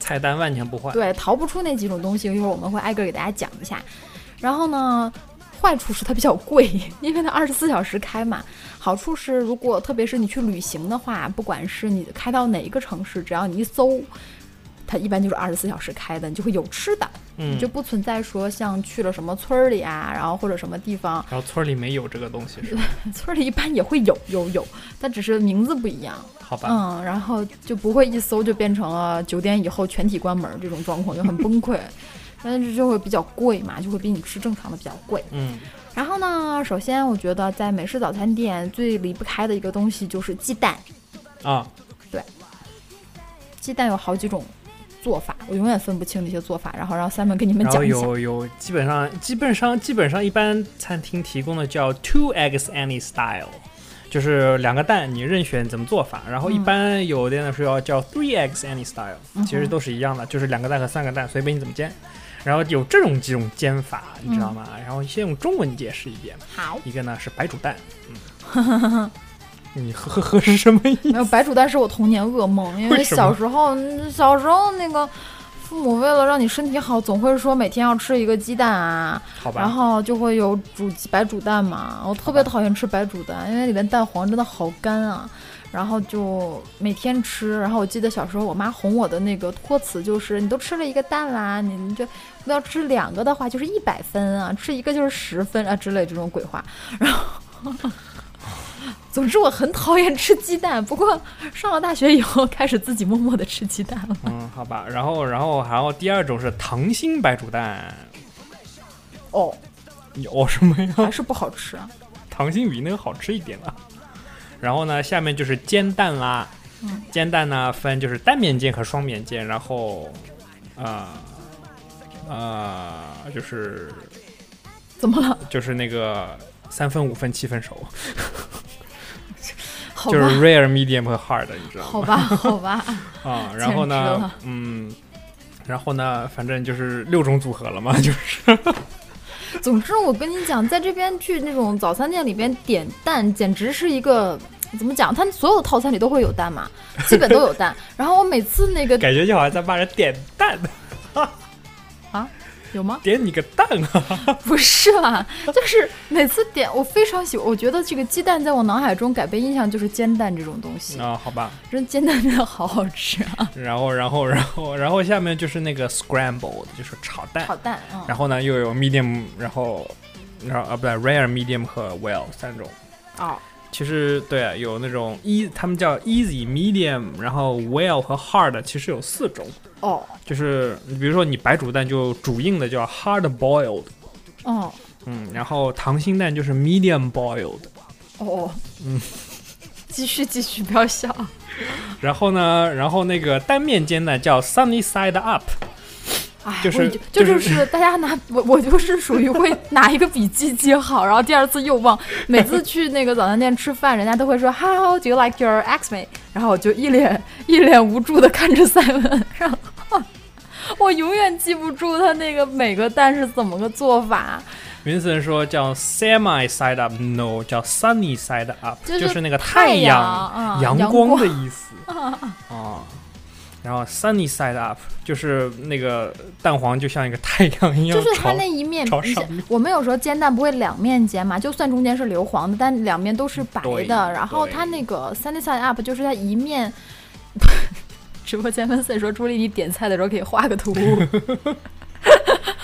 [SPEAKER 1] 菜单万年不换，
[SPEAKER 2] 对逃不出那几种东西。一会儿我们会挨个给大家讲一下。然后呢，坏处是它比较贵，因为它二十四小时开嘛。好处是，如果特别是你去旅行的话，不管是你开到哪一个城市，只要你一搜，它一般就是二十四小时开的，你就会有吃的。
[SPEAKER 1] 嗯，
[SPEAKER 2] 就不存在说像去了什么村儿里啊，然后或者什么地方，
[SPEAKER 1] 然后村儿里没有这个东西
[SPEAKER 2] (laughs)
[SPEAKER 1] 是吧？
[SPEAKER 2] 村儿里一般也会有有有，但只是名字不一样。
[SPEAKER 1] 好吧，
[SPEAKER 2] 嗯，然后就不会一搜就变成了九点以后全体关门这种状况，就很崩
[SPEAKER 1] (laughs)
[SPEAKER 2] 溃。但是就会比较贵嘛，就会比你吃正常的比较贵。
[SPEAKER 1] 嗯
[SPEAKER 2] 然后呢，首先我觉得在美式早餐店最离不开的一个东西就是鸡蛋，
[SPEAKER 1] 啊，
[SPEAKER 2] 鸡蛋有好几种做法，我永远分不清那些做法，然后让 Simon 给你们
[SPEAKER 1] 然后
[SPEAKER 2] 讲一下。
[SPEAKER 1] 有有基本上基本上基本上一般餐厅提供的叫 two eggs any style，就是两个蛋，你任选怎么做法。然后一般有店的是要叫 three eggs any style，、其
[SPEAKER 2] 嗯
[SPEAKER 1] 实都是一样的，就是两个蛋和三个蛋，随便你怎么煎。然后有这种几种煎法，你知道吗？
[SPEAKER 2] 嗯
[SPEAKER 1] 然后先用中文解释一遍，
[SPEAKER 2] 好，
[SPEAKER 1] 一个呢是白煮蛋，
[SPEAKER 2] (laughs)
[SPEAKER 1] 嗯，你呵呵呵是什么意思？
[SPEAKER 2] 没有白煮蛋是我童年噩梦，因为
[SPEAKER 1] 为什么
[SPEAKER 2] 小时候小时候那个父母为了让你身体好，总会说每天要吃一个鸡蛋啊，
[SPEAKER 1] 嗯好吧，
[SPEAKER 2] 然后就会有煮鸡白煮蛋嘛，我特别讨厌吃白煮蛋，因为里面蛋黄真的好干啊。然后就每天吃，然后我记得小时候我妈哄我的那个托词就是，你都吃了一个蛋啦，你你就要吃两个的话就是一百分啊，吃一个就是十分啊之类这种鬼话。然后，总之我很讨厌吃鸡蛋，不过上了大学以后开始自己默默的吃鸡蛋了。
[SPEAKER 1] 嗯，好吧，然后然后还有第二种是溏心白煮蛋，
[SPEAKER 2] 哦，
[SPEAKER 1] 有什么呀？
[SPEAKER 2] 还是不好吃啊。
[SPEAKER 1] 溏心比那个好吃一点了。然后呢，下面就是煎蛋啦，
[SPEAKER 2] 嗯
[SPEAKER 1] 煎蛋呢分就是单面煎和双面煎，然后啊啊、呃就是
[SPEAKER 2] 怎么了？
[SPEAKER 1] 就是那个三分、五分、七分熟，
[SPEAKER 2] 好
[SPEAKER 1] 就是
[SPEAKER 2] 吧，
[SPEAKER 1] rare、medium 和 hard，你知道
[SPEAKER 2] 好
[SPEAKER 1] 吗？
[SPEAKER 2] 吧，好吧。
[SPEAKER 1] 啊、然后
[SPEAKER 2] 简直
[SPEAKER 1] 呢
[SPEAKER 2] 了，
[SPEAKER 1] 嗯，然后呢，反正就是六种组合了嘛， (laughs) 就是
[SPEAKER 2] 总之，我跟你讲，在这边去那种早餐店里边点蛋，简直是一个怎么讲？他们所有的套餐里都会有蛋嘛，基本都
[SPEAKER 1] (laughs)
[SPEAKER 2] 有蛋。然后我每次那个
[SPEAKER 1] 感觉就好像在帮人点蛋，
[SPEAKER 2] 有吗？
[SPEAKER 1] 点你个蛋啊！
[SPEAKER 2] 不是啦，就是每次点，我非常喜，我觉得这个鸡蛋在我脑海中改变印象就是煎蛋这种东西，
[SPEAKER 1] 啊、好吧。
[SPEAKER 2] 真煎蛋真的好好吃 (laughs) 啊！
[SPEAKER 1] 然后，然后，然后，然后下面就是那个 scrambled，就是炒蛋。
[SPEAKER 2] 炒蛋，嗯，
[SPEAKER 1] 然后呢，又有 medium，然后，然后啊，不对，rare、medium 和 well 三种。
[SPEAKER 2] 哦，
[SPEAKER 1] 其实对，有那种 e，他们叫 easy、medium，然后 well 和 hard，其实有四种。
[SPEAKER 2] 哦，
[SPEAKER 1] 就是你比如说你白煮蛋就煮硬的叫 hard boiled，
[SPEAKER 2] 哦，
[SPEAKER 1] 嗯，然后溏心蛋就是 medium boiled，
[SPEAKER 2] 哦，嗯，继续继续，不要笑。
[SPEAKER 1] 然后呢，然后那个单面煎蛋叫 sunny side up，
[SPEAKER 2] 哎，
[SPEAKER 1] 就是
[SPEAKER 2] 我就
[SPEAKER 1] 就是
[SPEAKER 2] 是大家拿我我就是属
[SPEAKER 1] (laughs)
[SPEAKER 2] 于会拿一个笔记记好，然后第二次又忘。每次去那个早餐店吃饭，人家都会说 How do you like your ex mate？然后我就一脸一脸无助的看着 Simon，然后我永远记不住他那个每个蛋是怎么个做法。
[SPEAKER 1] 云森说叫 semi side up，no，叫 sunny side up，
[SPEAKER 2] 就是
[SPEAKER 1] 是那个
[SPEAKER 2] 太阳
[SPEAKER 1] 阳
[SPEAKER 2] 啊阳
[SPEAKER 1] 光
[SPEAKER 2] 光
[SPEAKER 1] 的意思
[SPEAKER 2] (laughs)
[SPEAKER 1] 啊。然后 sunny side up 就是那个蛋黄就像一个太阳一样
[SPEAKER 2] 就是它
[SPEAKER 1] 朝
[SPEAKER 2] 那一面
[SPEAKER 1] 朝上面，
[SPEAKER 2] 我们有时候煎蛋不会两面煎嘛，就算中间是硫磺的，但两面都是白
[SPEAKER 1] 对
[SPEAKER 2] 的。然后
[SPEAKER 1] 对
[SPEAKER 2] 它那个 sunny side up 就是它一面。 (laughs) 直播间 v i n 说：“朱莉，你点菜的时候可以画个图，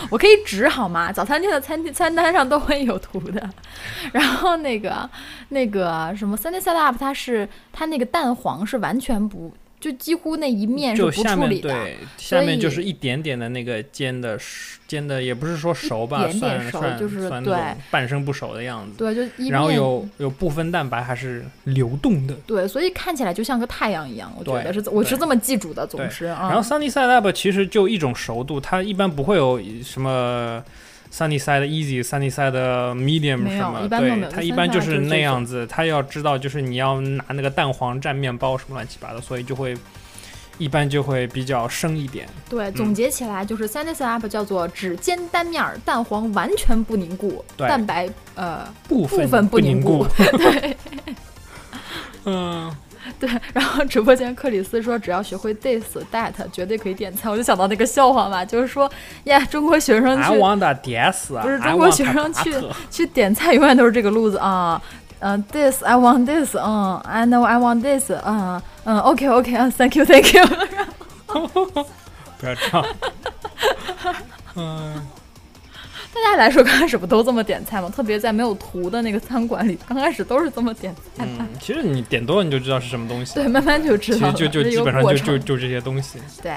[SPEAKER 2] 我可以指好吗？早餐店的餐餐单上都会有图的。 (laughs) 然后那个那个什么 sunny side up，它是它那个蛋黄是完全不就几乎那一面是
[SPEAKER 1] 就
[SPEAKER 2] 不
[SPEAKER 1] 下
[SPEAKER 2] 处
[SPEAKER 1] 面
[SPEAKER 2] 理的，
[SPEAKER 1] 对，下面
[SPEAKER 2] 以
[SPEAKER 1] 就是一点点的那个煎的熟煎的，也不是说熟吧，
[SPEAKER 2] 一点点熟
[SPEAKER 1] 算算
[SPEAKER 2] 就是
[SPEAKER 1] 算
[SPEAKER 2] 对
[SPEAKER 1] 那种半生不熟的样子。
[SPEAKER 2] 对，就一面
[SPEAKER 1] 然后有有部分蛋白还是流动的，
[SPEAKER 2] 对，所以看起来就像个太阳一样，我觉
[SPEAKER 1] 对
[SPEAKER 2] 得是，我是
[SPEAKER 1] 对
[SPEAKER 2] 这么记住的。总
[SPEAKER 1] 对
[SPEAKER 2] 之啊，
[SPEAKER 1] 然后 sunny side up 其实就一种熟度，它一般不会有什么 sunny side easy、sunny side medium
[SPEAKER 2] 没有
[SPEAKER 1] 什么，
[SPEAKER 2] 一般都没
[SPEAKER 1] 对
[SPEAKER 2] 有，
[SPEAKER 1] 它
[SPEAKER 2] sunny
[SPEAKER 1] 一般就
[SPEAKER 2] side 就是是
[SPEAKER 1] 那样子。它要知道就是你要拿那个蛋黄蘸面包什么乱七八糟，所以就会一般就会比较生一点。
[SPEAKER 2] 对，总结起来就是 sunny side up 叫做只煎单面儿，蛋黄完全不凝固，
[SPEAKER 1] 对
[SPEAKER 2] 蛋白呃
[SPEAKER 1] 部
[SPEAKER 2] 部
[SPEAKER 1] 分
[SPEAKER 2] 分
[SPEAKER 1] 不
[SPEAKER 2] 凝
[SPEAKER 1] 凝固。 (laughs)
[SPEAKER 2] 对
[SPEAKER 1] 嗯，
[SPEAKER 2] 对。然后直播间克里斯说，只要学会 this that，绝对可以点菜。我就想到那个笑话嘛，就是说呀，中国学生
[SPEAKER 1] I
[SPEAKER 2] 去
[SPEAKER 1] want a DS，啊
[SPEAKER 2] 不是
[SPEAKER 1] I
[SPEAKER 2] 中国
[SPEAKER 1] want
[SPEAKER 2] 学
[SPEAKER 1] a
[SPEAKER 2] 生去
[SPEAKER 1] potato
[SPEAKER 2] 去点菜，永远都是这个路子啊。嗯、t h i s I want this，嗯、i know I want this，嗯、嗯、o k OK，嗯、t h a n k you Thank you。
[SPEAKER 1] 不要这样。 (laughs) 嗯，
[SPEAKER 2] 大家来说，刚开始不都这么点菜吗？特别在没有图的那个餐馆里，刚开始都是这么点菜的。
[SPEAKER 1] 嗯，其实你点多了你就知道是什么东西，
[SPEAKER 2] 对，慢慢就
[SPEAKER 1] 其
[SPEAKER 2] 知道
[SPEAKER 1] 实
[SPEAKER 2] 了，
[SPEAKER 1] 就就
[SPEAKER 2] 这是一
[SPEAKER 1] 基
[SPEAKER 2] 个
[SPEAKER 1] 本上
[SPEAKER 2] 过
[SPEAKER 1] 就
[SPEAKER 2] 程
[SPEAKER 1] 就就这些东西。
[SPEAKER 2] 对，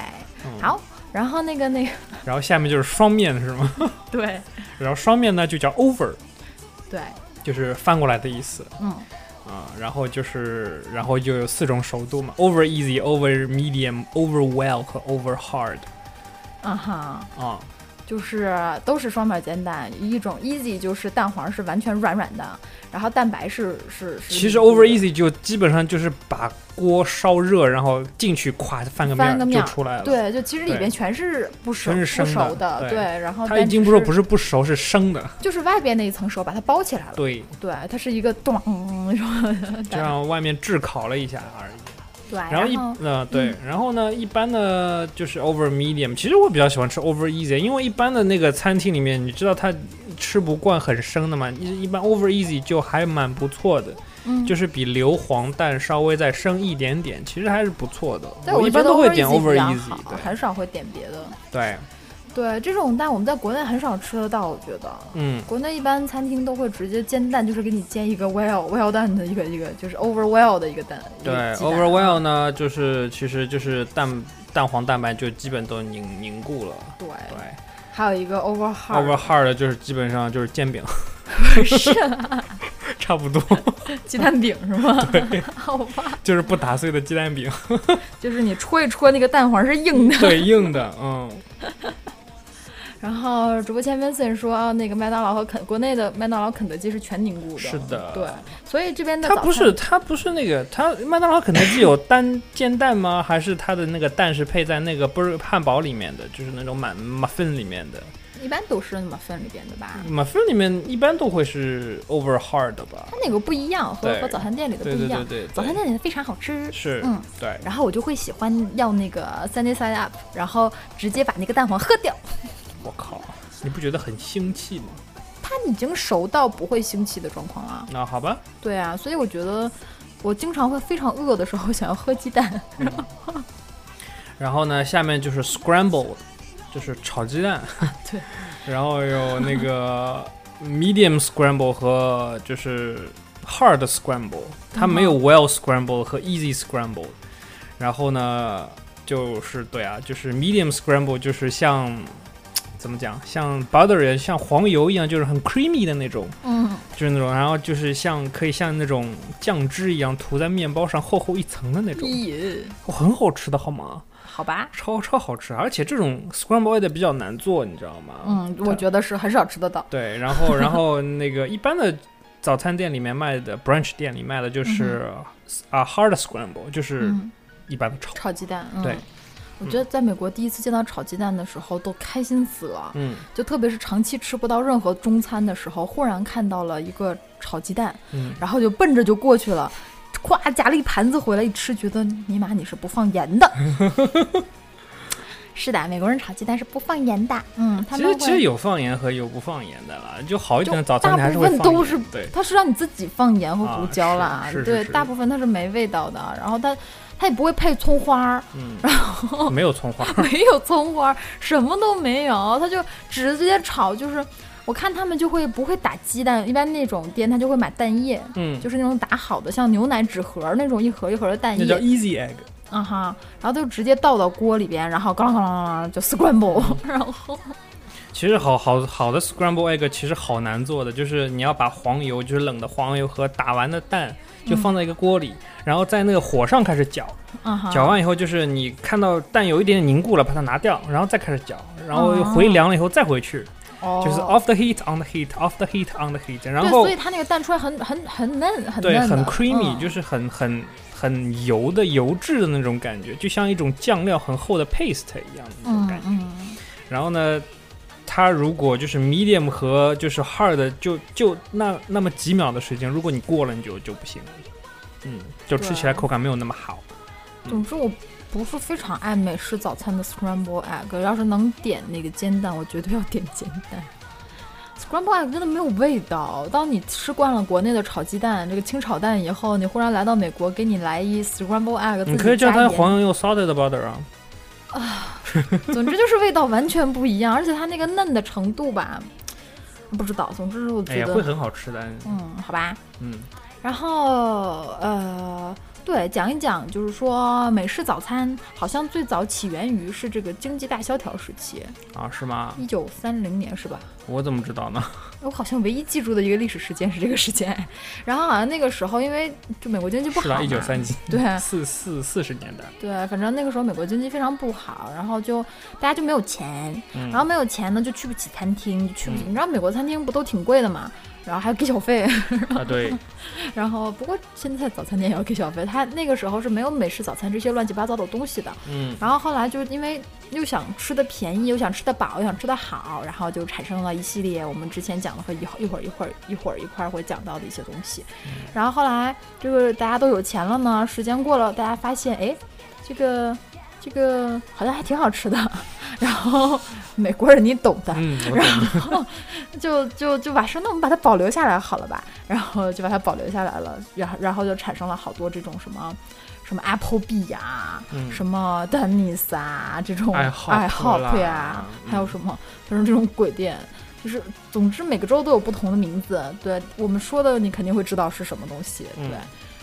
[SPEAKER 1] 嗯
[SPEAKER 2] 好。然后那个那个，
[SPEAKER 1] 然后下面就是双面是吗？ (laughs)
[SPEAKER 2] 对
[SPEAKER 1] 然后双面呢就叫 over，
[SPEAKER 2] 对，
[SPEAKER 1] 就是翻过来的意思
[SPEAKER 2] 嗯，
[SPEAKER 1] 啊、然后就是然后就有四种熟度嘛，over easy、over medium、over well 和 over hard
[SPEAKER 2] 啊哈，
[SPEAKER 1] 啊、
[SPEAKER 2] 就是都是双面煎蛋，一种 easy 就是蛋黄是完全软软的，然后蛋白是是是。
[SPEAKER 1] 其实 over easy 就基本上就是把锅烧热，然后进去咵翻个面
[SPEAKER 2] 翻个
[SPEAKER 1] 儿
[SPEAKER 2] 面
[SPEAKER 1] 就
[SPEAKER 2] 儿
[SPEAKER 1] 出来了。，
[SPEAKER 2] 对，就其实里
[SPEAKER 1] 对
[SPEAKER 2] 边全是不熟
[SPEAKER 1] 全是生
[SPEAKER 2] 不
[SPEAKER 1] 的
[SPEAKER 2] 熟的，
[SPEAKER 1] 对
[SPEAKER 2] 然后
[SPEAKER 1] 它
[SPEAKER 2] 但
[SPEAKER 1] 已经
[SPEAKER 2] 只
[SPEAKER 1] 不是不是不熟，是生的。
[SPEAKER 2] 就是外边那一层熟，把它包起来了。
[SPEAKER 1] 对，
[SPEAKER 2] 对，它是一个咚嗯什么的
[SPEAKER 1] 这样外面炙烤了一下而已。
[SPEAKER 2] 对，
[SPEAKER 1] 然后一
[SPEAKER 2] 后嗯
[SPEAKER 1] 呃对，然后呢，一般呢就是 over medium。其实我比较喜欢吃 over easy，因为一般的那个餐厅里面，你知道它吃不惯很生的嘛，一一般 over easy 就还蛮不错的，
[SPEAKER 2] 嗯
[SPEAKER 1] 就是比硫磺蛋稍微再生一点点，其实还是不错的。
[SPEAKER 2] 对
[SPEAKER 1] 我一
[SPEAKER 2] 觉
[SPEAKER 1] 般
[SPEAKER 2] 得
[SPEAKER 1] 都会点
[SPEAKER 2] over
[SPEAKER 1] over
[SPEAKER 2] 比较
[SPEAKER 1] easy，
[SPEAKER 2] 好很少会点别的。
[SPEAKER 1] 对对，
[SPEAKER 2] 对，这种蛋我们在国内很少吃得到，我觉得。
[SPEAKER 1] 嗯，
[SPEAKER 2] 国内一般餐厅都会直接煎蛋，就是给你煎一个 well well 蛋的一个一个，就是 over well 的一个蛋。一
[SPEAKER 1] 对
[SPEAKER 2] 个鸡蛋
[SPEAKER 1] ，over well 呢，就是其实就是蛋蛋黄蛋白就基本都凝凝固了。
[SPEAKER 2] 对，
[SPEAKER 1] 对
[SPEAKER 2] 还有一个 over hard，
[SPEAKER 1] ，over hard 就是基本上就是煎饼， (laughs)
[SPEAKER 2] 是
[SPEAKER 1] 差不多
[SPEAKER 2] (laughs) 鸡蛋饼是吗？好吧，
[SPEAKER 1] 就是不打碎的鸡蛋饼。
[SPEAKER 2] 就是你戳一戳那个蛋黄是硬的。
[SPEAKER 1] (laughs) 对，硬的，嗯，
[SPEAKER 2] 然后直播间 Vincent 说，啊那个麦当劳和肯国内的麦当劳、肯德基是全凝固的。
[SPEAKER 1] 是的
[SPEAKER 2] 对，所以这边的
[SPEAKER 1] 它
[SPEAKER 2] 早
[SPEAKER 1] 不
[SPEAKER 2] 餐
[SPEAKER 1] 是它不是那个，它麦当劳、肯德基有单煎蛋吗？还是它的那个蛋是配在那个不是汉堡里面的，就是那种满 muffin 里面的
[SPEAKER 2] 一般都是那么分里边的吧？
[SPEAKER 1] ，muffin 里面一般都会是 over hard 的吧
[SPEAKER 2] 它？那个不一样，和
[SPEAKER 1] 对
[SPEAKER 2] 和早餐店里的不
[SPEAKER 1] 对
[SPEAKER 2] 一
[SPEAKER 1] 对对
[SPEAKER 2] 样。
[SPEAKER 1] 对，
[SPEAKER 2] 早餐
[SPEAKER 1] 对
[SPEAKER 2] 店里的非常好吃。
[SPEAKER 1] 是，
[SPEAKER 2] 嗯
[SPEAKER 1] 对，
[SPEAKER 2] 然后我就会喜欢要那个 Sunday side up，然后直接把那个蛋黄喝掉。
[SPEAKER 1] 我靠，你不觉得很腥气吗？
[SPEAKER 2] 它已经熟到不会腥气的状况啊。
[SPEAKER 1] 那好吧，
[SPEAKER 2] 对啊，所以我觉得我经常会非常饿的时候想要喝鸡蛋。
[SPEAKER 1] 然后呢，下面就是 scrambled，就是炒鸡蛋，
[SPEAKER 2] (laughs) 对，
[SPEAKER 1] 然后有那个 medium scramble 和就是 hard scramble，它没
[SPEAKER 2] 嗯
[SPEAKER 1] 有 well scramble 和 easy scramble。然后呢，就是对啊，就是 medium scramble 就是像怎么讲，像 butter 一样像黄油一样，就是很 creamy 的那种，
[SPEAKER 2] (laughs) 嗯，
[SPEAKER 1] 就是那种，然后就是像可以像那种酱汁一样涂在面包上厚厚一层的那种，哦
[SPEAKER 2] 咦，
[SPEAKER 1] 很好吃的好吗？
[SPEAKER 2] 好吧。
[SPEAKER 1] 超超好吃，而且这种 scramble egg 比较难做，你知道吗？
[SPEAKER 2] 嗯，
[SPEAKER 1] 对
[SPEAKER 2] 我觉得是很少吃得到。
[SPEAKER 1] 对，然
[SPEAKER 2] (laughs)
[SPEAKER 1] 后然后那个一般的早餐店里面卖的 brunch 店里卖的就是、啊 hard scramble，就是
[SPEAKER 2] 嗯，
[SPEAKER 1] 一般的炒，
[SPEAKER 2] 炒鸡蛋。嗯、
[SPEAKER 1] 对。
[SPEAKER 2] 我觉得在美国第一次见到炒鸡蛋的时候都开心死了，
[SPEAKER 1] 嗯
[SPEAKER 2] 就特别是长期吃不到任何中餐的时候，忽然看到了一个炒鸡蛋，
[SPEAKER 1] 嗯，
[SPEAKER 2] 然后就奔着就过去了，咵夹了一盘子回来一吃，觉得尼玛你是不放盐的。 (laughs) 是的，美国人炒鸡蛋是不放盐的。嗯，他
[SPEAKER 1] 其
[SPEAKER 2] 们
[SPEAKER 1] 实其实
[SPEAKER 2] 会
[SPEAKER 1] 有放盐和有不放盐的啦，就好一点的
[SPEAKER 2] 就
[SPEAKER 1] 早餐
[SPEAKER 2] 大
[SPEAKER 1] 店还是
[SPEAKER 2] 部
[SPEAKER 1] 会
[SPEAKER 2] 分
[SPEAKER 1] 放盐
[SPEAKER 2] 都是
[SPEAKER 1] 对，
[SPEAKER 2] 它是让你自己放盐和胡椒啦，
[SPEAKER 1] 啊是是是
[SPEAKER 2] 对，
[SPEAKER 1] 是
[SPEAKER 2] 大部分它是没味道的，然后它它也不会配葱花
[SPEAKER 1] (laughs)
[SPEAKER 2] 儿， (laughs)
[SPEAKER 1] 嗯，没有葱花，
[SPEAKER 2] 没有葱花儿，什么都没有，它就直接炒，就是。我看他们就会不会打鸡蛋，一般那种店他就会买蛋液，
[SPEAKER 1] 嗯，
[SPEAKER 2] 就是那种打好的，像牛奶纸盒儿那种一盒一盒的蛋
[SPEAKER 1] 那叫
[SPEAKER 2] 液，
[SPEAKER 1] easy egg，
[SPEAKER 2] 啊哈，然后就直接倒到锅里边，然后咣啷咣啷咣啷就
[SPEAKER 1] 嗯
[SPEAKER 2] scramble，然 (laughs) 后
[SPEAKER 1] 其实好好好的 scramble egg 其实好难做的，就是你要把黄油，就是冷的黄油和打完的蛋，
[SPEAKER 2] 嗯
[SPEAKER 1] 就放在一个锅里，然后在那个火上开始搅，
[SPEAKER 2] 啊哈，
[SPEAKER 1] 搅完以后就是你看到蛋有一点点凝固了，把它拿掉，然后再开始搅，然后又回凉了以后再回去，
[SPEAKER 2] 哦
[SPEAKER 1] 就是 off the heat on the heat off the heat on the heat，然
[SPEAKER 2] 对，
[SPEAKER 1] 后
[SPEAKER 2] 所以它那个蛋出来很很很嫩，很
[SPEAKER 1] 对
[SPEAKER 2] 嫩的，
[SPEAKER 1] 很 creamy，、
[SPEAKER 2] 嗯
[SPEAKER 1] 就是很很很油的油质的那种感觉，就像一种酱料很厚的 paste 一样的那种
[SPEAKER 2] 嗯
[SPEAKER 1] 感觉。
[SPEAKER 2] 嗯。
[SPEAKER 1] 然后呢，它如果就是 medium 和就是 hard 就就那那么几秒的时间，如果你过了你就就不行了，嗯，就吃起来
[SPEAKER 2] 对
[SPEAKER 1] 口感没有那么好。
[SPEAKER 2] 总之我不是非常爱美式早餐的 scramble egg，要是能点那个煎蛋，我绝对要点煎蛋。Scramble egg 真的没有味道。当你吃惯了国内的炒鸡蛋，这个清炒蛋以后，你忽然来到美国，给你来一 scramble egg，
[SPEAKER 1] 你可以
[SPEAKER 2] 自己
[SPEAKER 1] 叫
[SPEAKER 2] 加
[SPEAKER 1] 它
[SPEAKER 2] 盐
[SPEAKER 1] 黄油用 salted butter 啊， (laughs)
[SPEAKER 2] 总之就是味道完全不一样，而且它那个嫩的程度吧，不知道。总之我
[SPEAKER 1] 哎
[SPEAKER 2] 觉
[SPEAKER 1] 呀，会
[SPEAKER 2] 得，
[SPEAKER 1] 很好吃的。
[SPEAKER 2] 嗯，好吧。
[SPEAKER 1] 嗯，
[SPEAKER 2] 然后呃，对，讲一讲，就是说美式早餐好像最早起源于是这个经济大萧条时期，
[SPEAKER 1] 啊，是吗？
[SPEAKER 2] 一九三零年是吧？
[SPEAKER 1] 我怎么知道呢？
[SPEAKER 2] 我好像唯一记住的一个历史事件是这个事件， (laughs) 然后好像那个时候因为就美国经济不
[SPEAKER 1] 是
[SPEAKER 2] 好
[SPEAKER 1] 吧？
[SPEAKER 2] 嘛，
[SPEAKER 1] 一九三几，
[SPEAKER 2] (laughs) 对
[SPEAKER 1] 四四四十年代。
[SPEAKER 2] 对，反正那个时候美国经济非常不好，然后就大家就没有钱，
[SPEAKER 1] 嗯
[SPEAKER 2] 然后没有钱呢就去不起餐厅，就去不起。
[SPEAKER 1] 嗯
[SPEAKER 2] 你知道美国餐厅不都挺贵的嘛？然后还要给小费， (laughs)
[SPEAKER 1] 啊，对，
[SPEAKER 2] 然后不过现在早餐店也要给小费。他那个时候是没有美式早餐这些乱七八糟的东西的。
[SPEAKER 1] 嗯，
[SPEAKER 2] 然后后来就是因为又想吃的便宜，又想吃的饱，又想吃的好，然后就产生了一系列我们之前讲的和一会儿一会儿一会儿一会儿一块儿会讲到的一些东西。
[SPEAKER 1] 嗯
[SPEAKER 2] 然后后来就是大家都有钱了呢，时间过了，大家发现哎，这个这个好像还挺好吃的。 (laughs) 然后美国人你懂的， (laughs)
[SPEAKER 1] 嗯，我懂了。
[SPEAKER 2] 就就就把说那我们把它保留下来好了吧，然后就把它保留下来了，然后然后就产生了好多这种什么。什么 Applebee 呀、
[SPEAKER 1] 嗯
[SPEAKER 2] 什么 Dennis 啊，这种
[SPEAKER 1] 爱好
[SPEAKER 2] 爱
[SPEAKER 1] 客啦
[SPEAKER 2] 好客呀，
[SPEAKER 1] 嗯
[SPEAKER 2] 还有什么，反正这种鬼店，就是总之每个州都有不同的名字。对我们说的，你肯定会知道是什么东西。对，
[SPEAKER 1] 嗯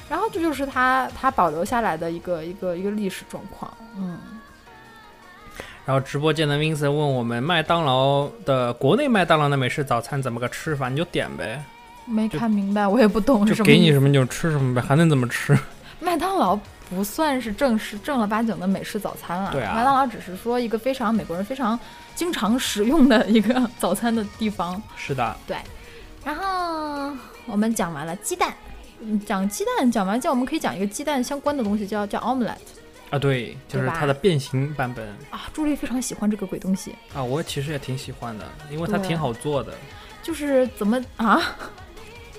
[SPEAKER 2] 然后这就是它它保留下来的一个一个一个历史状况。嗯，
[SPEAKER 1] 然后直播间的 Vincent 问我们麦当劳的国内麦当劳的美式早餐怎么个吃法，你就点呗，
[SPEAKER 2] 没
[SPEAKER 1] 就
[SPEAKER 2] 看明白，我也不懂是
[SPEAKER 1] 就
[SPEAKER 2] 什么
[SPEAKER 1] 给
[SPEAKER 2] 意
[SPEAKER 1] 你
[SPEAKER 2] 思
[SPEAKER 1] 什么你就吃什么呗，还能怎么吃？
[SPEAKER 2] 麦当劳不算是正式正儿八经的美式早餐了，
[SPEAKER 1] 对啊
[SPEAKER 2] 麦当劳只是说一个非常美国人非常经常使用的一个早餐的地方。
[SPEAKER 1] 是的，
[SPEAKER 2] 然后我们讲完了鸡蛋，嗯，讲鸡蛋讲完之后，我们可以讲一个鸡蛋相关的东西，叫叫 omelette
[SPEAKER 1] 啊，对，就是
[SPEAKER 2] 对吧
[SPEAKER 1] 它的变形版本
[SPEAKER 2] 啊，朱莉非常喜欢这个鬼东西，
[SPEAKER 1] 啊，我其实也挺喜欢的，因为它
[SPEAKER 2] 对
[SPEAKER 1] 挺好做的，
[SPEAKER 2] 就是怎么啊？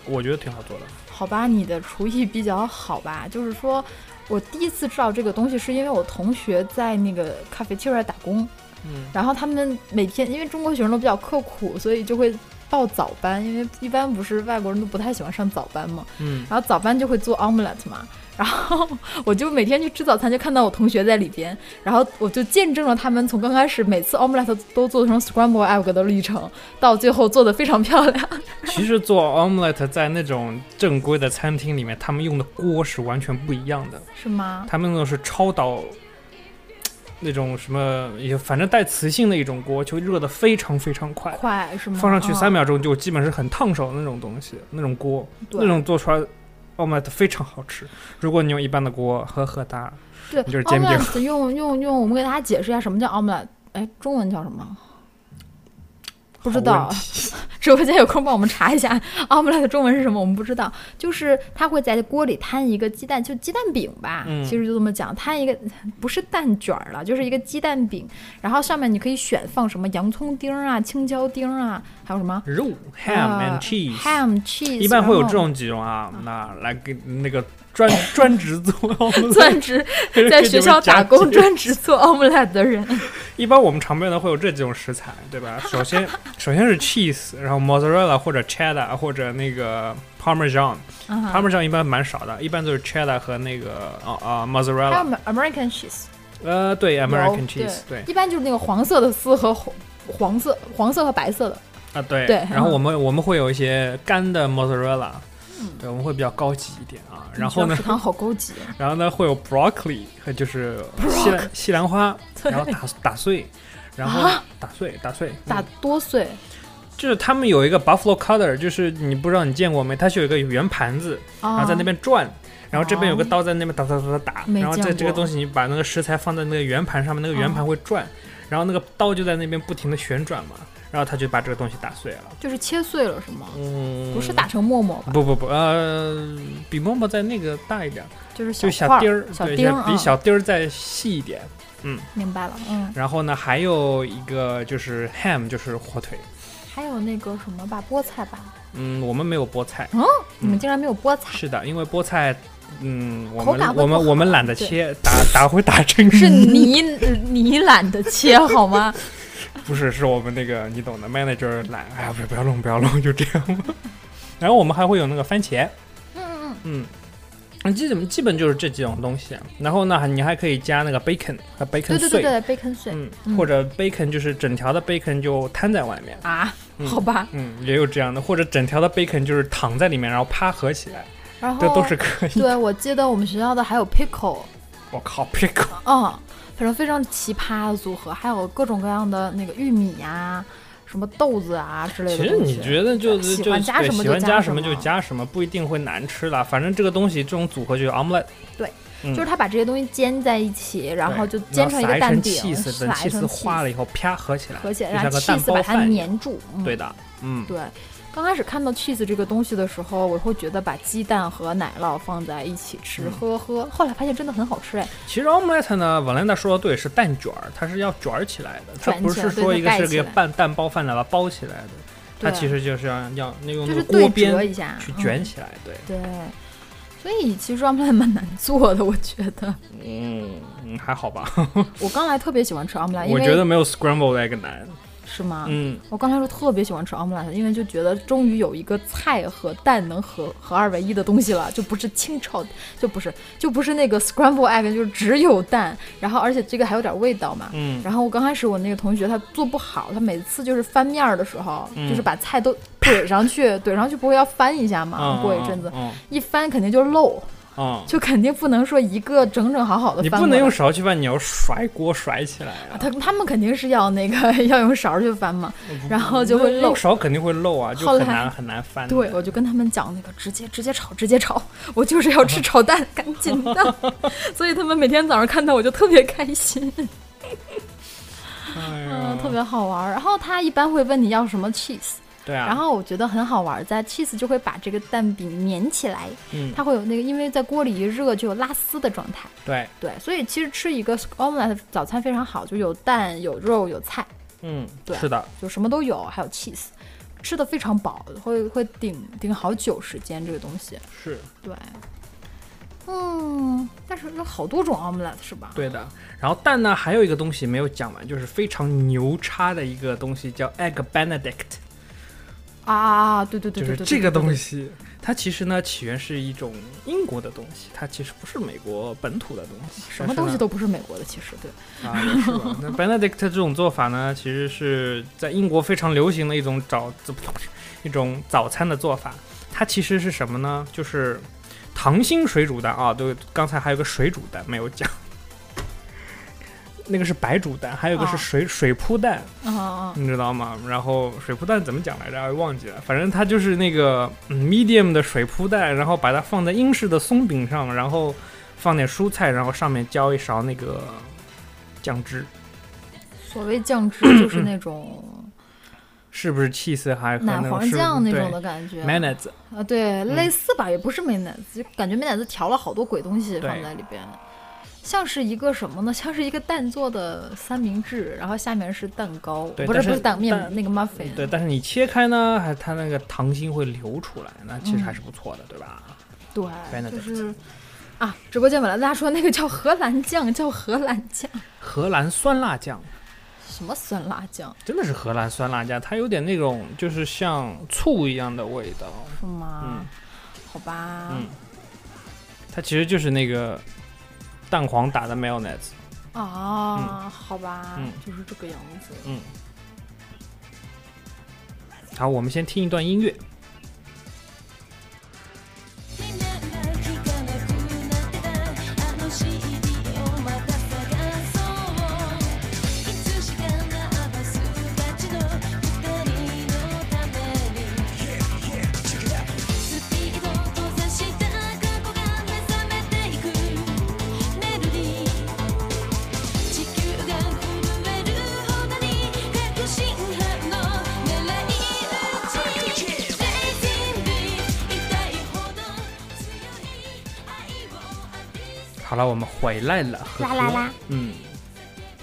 [SPEAKER 1] 我觉得挺好做的。
[SPEAKER 2] 好吧，你的厨艺比较好吧？就是说我第一次知道这个东西，是因为我同学在那个咖啡 f e 打工，
[SPEAKER 1] 嗯，
[SPEAKER 2] 然后他们每天因为中国学生都比较刻苦，所以就会报早班，因为一般不是外国人都不太喜欢上早班嘛。
[SPEAKER 1] 嗯，
[SPEAKER 2] 然后早班就会做 omelette 嘛， (laughs) 然后我就每天去吃早餐，就看到我同学在里边，然后我就见证了他们从刚开始每次 omelette 都做成 scramble egg 的历程，到最后做的非常漂亮。
[SPEAKER 1] 其实做 omelette 在那种正规的餐厅里面，他们用的锅是完全不一样的。
[SPEAKER 2] 是吗？
[SPEAKER 1] 他们那种是超导那种什么，也反正带磁性的一种锅，就热的非常非常快，
[SPEAKER 2] 快是吗？
[SPEAKER 1] 放上去
[SPEAKER 2] 嗯
[SPEAKER 1] 三，秒钟就基本是很烫手的那种东西，那种锅，
[SPEAKER 2] 对
[SPEAKER 1] 那种做出来。奥麦特非常好吃，如果你用一般的锅和和它，
[SPEAKER 2] 对
[SPEAKER 1] 就是煎饼
[SPEAKER 2] omelette 用用用，我们给大家解释一下什么叫 omelette，哎，中文叫什么？不知
[SPEAKER 1] 好
[SPEAKER 2] 道
[SPEAKER 1] 问，
[SPEAKER 2] (laughs) 直播间有空帮我们查一下 omelette 的中文是什么，我们不知道。就是它会在锅里摊一个鸡蛋，就鸡蛋饼吧，
[SPEAKER 1] 嗯
[SPEAKER 2] 其实就这么讲，摊一个不是蛋卷儿了，就是一个鸡蛋饼，然后上面你可以选放什么洋葱丁儿啊、青椒丁儿啊，还有什么
[SPEAKER 1] 肉 ham
[SPEAKER 2] 呃
[SPEAKER 1] and cheese，、
[SPEAKER 2] ham 嗯 cheese，
[SPEAKER 1] 一般会有
[SPEAKER 2] 然
[SPEAKER 1] 这
[SPEAKER 2] 后
[SPEAKER 1] 种几种啊，那来给那个专专职做奥麦特
[SPEAKER 2] (laughs) 专职在学校打工专职做 omelette 的人。
[SPEAKER 1] 一般我们常备呢会有这几种食材，对
[SPEAKER 2] (laughs)
[SPEAKER 1] 吧？首先，首先是 cheese，然后 mozzarella 或者 cheddar 或者那个 parmesan。
[SPEAKER 2] 嗯哼
[SPEAKER 1] parmesan 一般蛮少的，一般都是 cheddar 和那个啊啊
[SPEAKER 2] 还
[SPEAKER 1] mozzarella。
[SPEAKER 2] 有 American cheese。
[SPEAKER 1] 呃，对
[SPEAKER 2] 有
[SPEAKER 1] ，American cheese，对
[SPEAKER 2] 一般就是那个黄色的丝和红黄色、黄色和白色的，
[SPEAKER 1] 啊对。
[SPEAKER 2] 对嗯
[SPEAKER 1] 然后我们我们会有一些干的 mozzarella，对，我们会比较高级一点啊。然后
[SPEAKER 2] 你知道
[SPEAKER 1] 呢
[SPEAKER 2] 食，堂好高级，啊
[SPEAKER 1] 然后呢会有 broccoli，和就是西兰西兰花，然后打打碎。然后打碎打碎，嗯
[SPEAKER 2] (laughs) 啊打多碎，
[SPEAKER 1] 就是他们有一个 buffalo cutter，就是你不知道你见过没？它是有一个圆盘子，然
[SPEAKER 2] 啊，
[SPEAKER 1] 后在那边转，然后这边有个
[SPEAKER 2] 哦
[SPEAKER 1] 刀在那边打打打打打，
[SPEAKER 2] 没
[SPEAKER 1] 然后这
[SPEAKER 2] 见
[SPEAKER 1] 这个
[SPEAKER 2] 过
[SPEAKER 1] 东西你把那个食材放在那个圆盘上面，那个圆盘会转，
[SPEAKER 2] 啊
[SPEAKER 1] 然后那个刀就在那边不停的旋转嘛，然后他就把这个东西打碎了。
[SPEAKER 2] 就是切碎了是吗？
[SPEAKER 1] 嗯，
[SPEAKER 2] 不是打成沫沫吧？
[SPEAKER 1] 不不不，呃，比沫沫在那个大一点，
[SPEAKER 2] 就是
[SPEAKER 1] 就
[SPEAKER 2] 小块
[SPEAKER 1] 丁儿，
[SPEAKER 2] 小
[SPEAKER 1] 对，
[SPEAKER 2] 丁儿
[SPEAKER 1] 比
[SPEAKER 2] 啊
[SPEAKER 1] 小丁儿再细一点。
[SPEAKER 2] 明白了，嗯，
[SPEAKER 1] 然后呢，还有一个就是 ham，就是火腿。
[SPEAKER 2] 还有那个什么吧，菠菜吧，
[SPEAKER 1] 嗯，我们没有菠菜。
[SPEAKER 2] 你们竟然没有菠菜，
[SPEAKER 1] 是的，因为菠菜，嗯，我
[SPEAKER 2] 口感
[SPEAKER 1] 们
[SPEAKER 2] 会
[SPEAKER 1] 我们
[SPEAKER 2] 不
[SPEAKER 1] 我们
[SPEAKER 2] 好
[SPEAKER 1] 懒得
[SPEAKER 2] 对
[SPEAKER 1] 切，打打会打成
[SPEAKER 2] 是你你懒得切好
[SPEAKER 1] (laughs)
[SPEAKER 2] 吗？
[SPEAKER 1] 不是，是我们那个你懂的 manager 来，哎呀，不要不要 (laughs) 弄，不要弄，就这样吧。然后我们还会有那个番茄，
[SPEAKER 2] 嗯嗯嗯，
[SPEAKER 1] 嗯，嗯基本基本就是这几种东西。啊然后呢，你还可以加那个 bacon 和 bacon
[SPEAKER 2] 对对对
[SPEAKER 1] 碎，
[SPEAKER 2] 对，贝肯碎
[SPEAKER 1] 嗯，或者 bacon 就是整条的 bacon 就摊在外面，
[SPEAKER 2] 啊，
[SPEAKER 1] 嗯
[SPEAKER 2] 好吧，
[SPEAKER 1] 嗯，也有这样的，或者整条的 bacon 就是躺在里面，然后趴合起来，
[SPEAKER 2] 然后
[SPEAKER 1] 这都是可以。
[SPEAKER 2] 哦对，我记得我们学校的还有 pickle，
[SPEAKER 1] 我靠，pickle，
[SPEAKER 2] 嗯，反正非常奇葩的组合，还有各种各样的那个玉米呀、什么豆子啊之类
[SPEAKER 1] 其
[SPEAKER 2] 的
[SPEAKER 1] 实
[SPEAKER 2] 东
[SPEAKER 1] 你
[SPEAKER 2] 西。
[SPEAKER 1] 觉得就
[SPEAKER 2] 喜
[SPEAKER 1] 就
[SPEAKER 2] 欢加
[SPEAKER 1] 对
[SPEAKER 2] 什么
[SPEAKER 1] 喜
[SPEAKER 2] 就
[SPEAKER 1] 欢
[SPEAKER 2] 加
[SPEAKER 1] 加
[SPEAKER 2] 什
[SPEAKER 1] 什么就
[SPEAKER 2] 么
[SPEAKER 1] 加什么，不一定会难吃啦。反正这个东西这种组合就是 omelette，嗯
[SPEAKER 2] 就是他把这些东西煎在一起，然后就
[SPEAKER 1] 对
[SPEAKER 2] 煎成一
[SPEAKER 1] 然后
[SPEAKER 2] 个
[SPEAKER 1] 撒
[SPEAKER 2] 蛋
[SPEAKER 1] 成
[SPEAKER 2] 饼，
[SPEAKER 1] ，cheese，等
[SPEAKER 2] 撒一层
[SPEAKER 1] cheese 化了以后，啪合起来，
[SPEAKER 2] 合起来，
[SPEAKER 1] 就像
[SPEAKER 2] 然后
[SPEAKER 1] 个蛋
[SPEAKER 2] cheese
[SPEAKER 1] 包
[SPEAKER 2] 把它
[SPEAKER 1] 饭一样。
[SPEAKER 2] 粘住。嗯、
[SPEAKER 1] 对的，嗯，
[SPEAKER 2] 对。刚开始看到 cheese 这个东西的时候，我会觉得把鸡蛋和奶酪放在一起吃，
[SPEAKER 1] 嗯
[SPEAKER 2] 呵呵。后来发现真的很好吃哎，
[SPEAKER 1] 其实 omelette 呢，瓦 n 达说的对，是蛋卷儿，它是要卷儿起来的，它
[SPEAKER 2] 卷
[SPEAKER 1] 不
[SPEAKER 2] 起
[SPEAKER 1] 是
[SPEAKER 2] 来对
[SPEAKER 1] 说
[SPEAKER 2] 它
[SPEAKER 1] 一个
[SPEAKER 2] 盖
[SPEAKER 1] 是
[SPEAKER 2] 起
[SPEAKER 1] 给
[SPEAKER 2] 来
[SPEAKER 1] 蛋蛋包饭的把它包起来的，它
[SPEAKER 2] 对
[SPEAKER 1] 其实就是要要那用
[SPEAKER 2] 就
[SPEAKER 1] 那
[SPEAKER 2] 是
[SPEAKER 1] 个
[SPEAKER 2] 对
[SPEAKER 1] 锅
[SPEAKER 2] 折
[SPEAKER 1] 边
[SPEAKER 2] 一下，
[SPEAKER 1] 去
[SPEAKER 2] 嗯
[SPEAKER 1] 卷起来，对，
[SPEAKER 2] 对，所以其实 omelette 蛮难做的，我觉得。
[SPEAKER 1] 嗯嗯，还好吧，
[SPEAKER 2] 我刚来特别喜欢吃 omelette，因啊
[SPEAKER 1] 我
[SPEAKER 2] 为啊
[SPEAKER 1] 觉得没有 scrambled egg 难，
[SPEAKER 2] 是吗？
[SPEAKER 1] 嗯，
[SPEAKER 2] 我刚才说特别喜欢吃 omelette，因为就觉得终于有一个菜和蛋能合合二为一的东西了，就不是清炒，就不是就不是那个 scramble egg，就是只有蛋，然后而且这个还有点味道嘛。
[SPEAKER 1] 嗯
[SPEAKER 2] 然后我刚开始我那个同学他做不好，他每次就是翻面儿的时候，
[SPEAKER 1] 嗯
[SPEAKER 2] 就是把菜都怼上去， (laughs) 怼上去不会要翻一下嘛？
[SPEAKER 1] 嗯
[SPEAKER 2] 过一阵子
[SPEAKER 1] 嗯
[SPEAKER 2] 一翻肯定就漏，
[SPEAKER 1] 嗯，
[SPEAKER 2] 就肯定不能说一个整整好好的
[SPEAKER 1] 你
[SPEAKER 2] 翻
[SPEAKER 1] 不
[SPEAKER 2] 过
[SPEAKER 1] 能
[SPEAKER 2] 来
[SPEAKER 1] 用勺去翻，你要甩锅甩起来啊，
[SPEAKER 2] 他他们肯定是要那个要用勺去翻嘛， (laughs) 然后就会漏
[SPEAKER 1] 用。勺肯定会漏啊，就
[SPEAKER 2] 后
[SPEAKER 1] 很
[SPEAKER 2] 来
[SPEAKER 1] 难很难翻的，
[SPEAKER 2] 对，我就跟他们讲那个直接直接炒直接炒，我就是要
[SPEAKER 1] 嗯
[SPEAKER 2] 吃炒蛋，赶
[SPEAKER 1] (laughs)
[SPEAKER 2] 紧的。所以他们每天早上看到我就特别开心，
[SPEAKER 1] 哎呀
[SPEAKER 2] 嗯，特别好玩儿。然后他一般会问你要什么 cheese，
[SPEAKER 1] 对啊，
[SPEAKER 2] 然后我觉得很好玩儿，在 cheese 就会把这个蛋饼粘起来，
[SPEAKER 1] 嗯
[SPEAKER 2] 它会有那个因为在锅里一热就有拉丝的状态。
[SPEAKER 1] 对，
[SPEAKER 2] 对，所以其实吃一个 omelette 早餐非常好，就有蛋、有肉、有菜。
[SPEAKER 1] 嗯，
[SPEAKER 2] 对啊
[SPEAKER 1] 是的，
[SPEAKER 2] 就什么都有，还有 cheese，吃的非常饱，会会顶顶好久时间这个东西。
[SPEAKER 1] 是。
[SPEAKER 2] 对，嗯，但是有好多种 omelette 是吧？
[SPEAKER 1] 对的，然后蛋呢，还有一个东西没有讲完，就是非常牛叉的一个东西，叫 egg benedict，
[SPEAKER 2] 啊啊，啊对对
[SPEAKER 1] 就
[SPEAKER 2] 对
[SPEAKER 1] 是
[SPEAKER 2] 对对，
[SPEAKER 1] 这个东
[SPEAKER 2] 西。
[SPEAKER 1] 西，它其实呢起源是一种英国的东西，它其实不是美国本土的东西。
[SPEAKER 2] 什么东西
[SPEAKER 1] 都
[SPEAKER 2] 都不是美国的，其实对，
[SPEAKER 1] 啊，也是吧。那 benedict 这种做法呢，其实是在英国非常流行的一种早一种早餐的做法。它其实是什么呢？就是溏心水煮蛋啊，对，刚才还有个水煮蛋没有讲。 (laughs) 那个是白煮蛋，还有个是
[SPEAKER 2] 哦
[SPEAKER 1] 水、水铺蛋，
[SPEAKER 2] 啊啊，
[SPEAKER 1] 你知道吗？然后水铺蛋怎么讲来着？我哎忘记了，反正它就是那个嗯 medium 的水铺蛋，然后把它放在英式的松饼上，然后放点蔬菜，然后上面浇一勺那个酱汁，
[SPEAKER 2] 所谓酱汁就是那
[SPEAKER 1] (coughs)
[SPEAKER 2] 种
[SPEAKER 1] 是不是 cheese 还和
[SPEAKER 2] 奶
[SPEAKER 1] 那种
[SPEAKER 2] 黄
[SPEAKER 1] 是嗯
[SPEAKER 2] 酱那种的感觉
[SPEAKER 1] m a y o n a i
[SPEAKER 2] 啊，对，类似吧，也不是美乃滋，就感觉美乃滋调了好多鬼东西
[SPEAKER 1] 对
[SPEAKER 2] 放在里边，像是一个什么呢？像是一个蛋做的三明治，然后下面是蛋糕，
[SPEAKER 1] 对
[SPEAKER 2] 不是
[SPEAKER 1] 但是
[SPEAKER 2] 不是蛋面
[SPEAKER 1] 蛋
[SPEAKER 2] 那个 muffin，
[SPEAKER 1] 对，但是你切开呢，还它那个糖心会流出来，那其实还是不错的，对吧？
[SPEAKER 2] 对
[SPEAKER 1] Benedict
[SPEAKER 2] 就是啊，直播间本来大家说那个叫荷兰酱，叫荷兰酱， (laughs)
[SPEAKER 1] 荷兰酸辣酱
[SPEAKER 2] 什么酸辣酱
[SPEAKER 1] 真的是荷兰酸辣酱，它有点那种就是像醋一样的味道，
[SPEAKER 2] 是吗？
[SPEAKER 1] 嗯
[SPEAKER 2] 好吧，
[SPEAKER 1] 嗯它其实就是那个蛋黄打的 mayonnaise。
[SPEAKER 2] 啊，好吧，
[SPEAKER 1] 嗯
[SPEAKER 2] 就是这个样子。
[SPEAKER 1] 嗯。好，我们先听一段音乐。
[SPEAKER 4] 「今聴かなくなってたあの CD をまた探そう」「いつしかナーバスたちの二人のために」「スピード閉ざした過去が目覚めていくメロディー」「地球が震えるほどに確信犯の狙い撃ち」「Raising Beat 痛いほど強い愛を浴びせ
[SPEAKER 1] 好了，我们回来了。呵
[SPEAKER 5] 啦
[SPEAKER 1] 呵
[SPEAKER 5] 啦啦，
[SPEAKER 1] 嗯，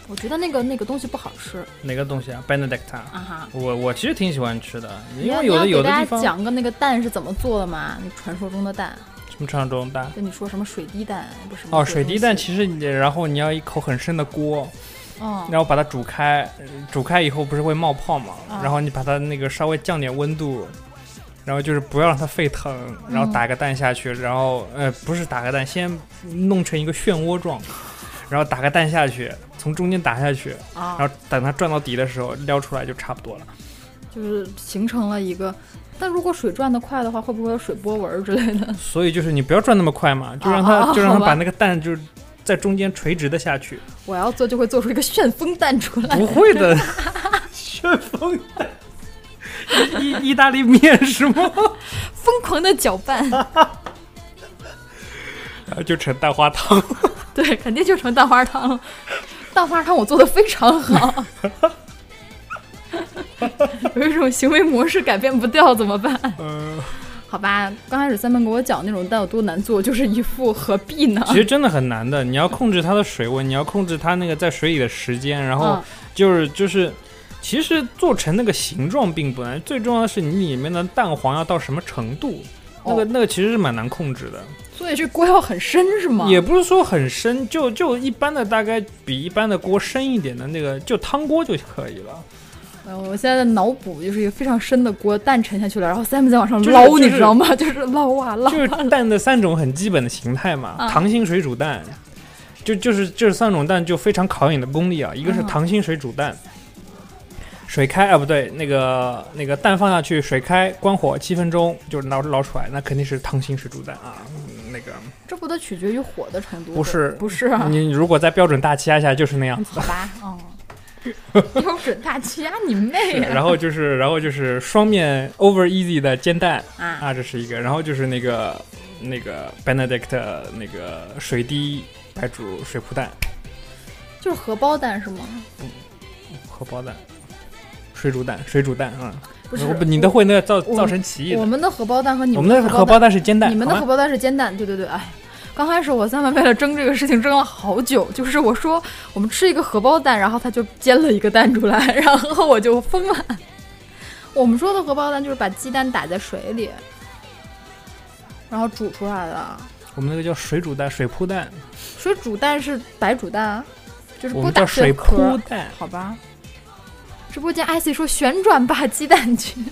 [SPEAKER 2] 我觉得那个那个东西不好吃
[SPEAKER 1] 哪个东西啊？Benedict 啊。
[SPEAKER 2] 啊哈。
[SPEAKER 1] 我我其实挺喜欢吃的，
[SPEAKER 2] 你
[SPEAKER 1] 因
[SPEAKER 2] 要
[SPEAKER 1] 为
[SPEAKER 2] 你
[SPEAKER 1] 有
[SPEAKER 2] 要
[SPEAKER 1] 的有
[SPEAKER 2] 给
[SPEAKER 1] 的
[SPEAKER 2] 大
[SPEAKER 1] 地
[SPEAKER 2] 家
[SPEAKER 1] 方
[SPEAKER 2] 讲个那个蛋是怎么做的嘛？那传说中的蛋，
[SPEAKER 1] 什么传说中蛋
[SPEAKER 2] 就你说什么水滴蛋不是什么
[SPEAKER 1] 哦，
[SPEAKER 2] 鬼
[SPEAKER 1] 水滴蛋
[SPEAKER 2] 东西
[SPEAKER 1] 其实你然后你要一口很深的锅，
[SPEAKER 2] 嗯
[SPEAKER 1] 然后把它煮开，呃煮开以后不是会冒泡嘛
[SPEAKER 2] 啊？
[SPEAKER 1] 然后你把它那个稍微降点温度，然后就是不要让它沸腾，然后打个蛋下去，然后呃不是打个蛋，先弄成一个漩涡状，然后打个蛋下去，从中间打下去，
[SPEAKER 2] 啊，
[SPEAKER 1] 然后等它转到底的时候撩出来就差不多了。
[SPEAKER 2] 就是形成了一个。但如果水转得快的话，会不会有水波纹之类的？
[SPEAKER 1] 所以就是你不要转那么快嘛，就让
[SPEAKER 2] 嗯哦哦
[SPEAKER 1] 它
[SPEAKER 2] 哦
[SPEAKER 1] 就让它
[SPEAKER 2] 好吧
[SPEAKER 1] 把那个蛋就是在中间垂直的下
[SPEAKER 2] (laughs)
[SPEAKER 1] 去，
[SPEAKER 2] 我要做就会做出一个旋风蛋出来。
[SPEAKER 1] 不会的， (laughs) 旋风蛋。意意意大利面是吗？
[SPEAKER 2] 疯狂的搅拌，
[SPEAKER 1] 然后就成蛋花汤。
[SPEAKER 2] (laughs) 对，肯定就成蛋花汤了。蛋花汤我做的非常好， (laughs) 有一种行为模式改变不掉怎么办？
[SPEAKER 1] 嗯，
[SPEAKER 2] 好吧，刚开始三妹给我讲那种蛋有多难做，就是一副何必 (laughs) 呢？
[SPEAKER 1] 其实真的很难的，你要控制它的水温，你要控制它那个在水里的时间，然后
[SPEAKER 2] 嗯
[SPEAKER 1] 就是、就是，其实做成那个形状并不难，最重要的是你里面的蛋黄要到什么程度，那个、
[SPEAKER 2] 哦
[SPEAKER 1] 那个其实是蛮难控制的。
[SPEAKER 2] 所以这锅要很深是吗？
[SPEAKER 1] 也不是说很深，就就一般的，大概比一般的锅深一点的那个，就汤锅就可以了。
[SPEAKER 2] 呃我现在的脑补就是一个非常深的锅，蛋沉下去了，然后 Sam 在往上
[SPEAKER 1] 就是
[SPEAKER 2] 捞，
[SPEAKER 1] 就是
[SPEAKER 2] 你知道吗？ (laughs) 就是捞啊捞，
[SPEAKER 1] 就是蛋的三种很基本的形态嘛，
[SPEAKER 2] 啊
[SPEAKER 1] 溏心水煮蛋，就就是这三种蛋就非常考验你的功力啊。一个是溏心水煮蛋，水开啊不对，那个那个蛋放下去，水开，关火七分钟就捞捞出来，那肯定是溏心水煮蛋啊。嗯那个
[SPEAKER 2] 这不都取决于火的程度？
[SPEAKER 1] 不是
[SPEAKER 2] 不是啊，
[SPEAKER 1] 你如果在标准大气压下就是那样子。
[SPEAKER 2] 好吧，嗯， (laughs) 标准大气压，你妹
[SPEAKER 1] 对
[SPEAKER 2] 啊！
[SPEAKER 1] 然后就是，然后就是双面 over easy 的煎蛋
[SPEAKER 2] 啊
[SPEAKER 1] 这是一个。然后就是那个那个 Benedict 那个水滴白煮水铺蛋、
[SPEAKER 2] 就是荷包蛋是吗？
[SPEAKER 1] 荷包蛋、水煮蛋、水煮蛋啊、
[SPEAKER 2] 不是
[SPEAKER 1] 我，你都会那造
[SPEAKER 2] 我
[SPEAKER 1] 造成歧义
[SPEAKER 2] 我
[SPEAKER 1] 的。
[SPEAKER 2] 们的荷包蛋和你
[SPEAKER 1] 我
[SPEAKER 2] 们
[SPEAKER 1] 们的荷包
[SPEAKER 2] 蛋，
[SPEAKER 1] 蛋是煎蛋，啊
[SPEAKER 2] 你们的
[SPEAKER 1] 好
[SPEAKER 2] 荷
[SPEAKER 1] 吗
[SPEAKER 2] 包蛋是煎蛋，对对对，哎。刚开始我三妹为了争这个事情争了好久，就是我说我们吃一个荷包蛋，然后他就煎了一个蛋出来，然后我就疯了。我们说的荷包蛋就是把鸡蛋打在水里，然后煮出来的。
[SPEAKER 1] 我们那个叫水煮蛋、水铺蛋，
[SPEAKER 2] 水煮蛋是白煮蛋啊，就是
[SPEAKER 1] 我
[SPEAKER 2] 不
[SPEAKER 1] 们
[SPEAKER 2] 打
[SPEAKER 1] 叫
[SPEAKER 2] 碎
[SPEAKER 1] 水
[SPEAKER 2] 壳
[SPEAKER 1] 铺
[SPEAKER 2] 儿，
[SPEAKER 1] 蛋。
[SPEAKER 2] 好吧？直播间 IC 说旋转吧鸡蛋君，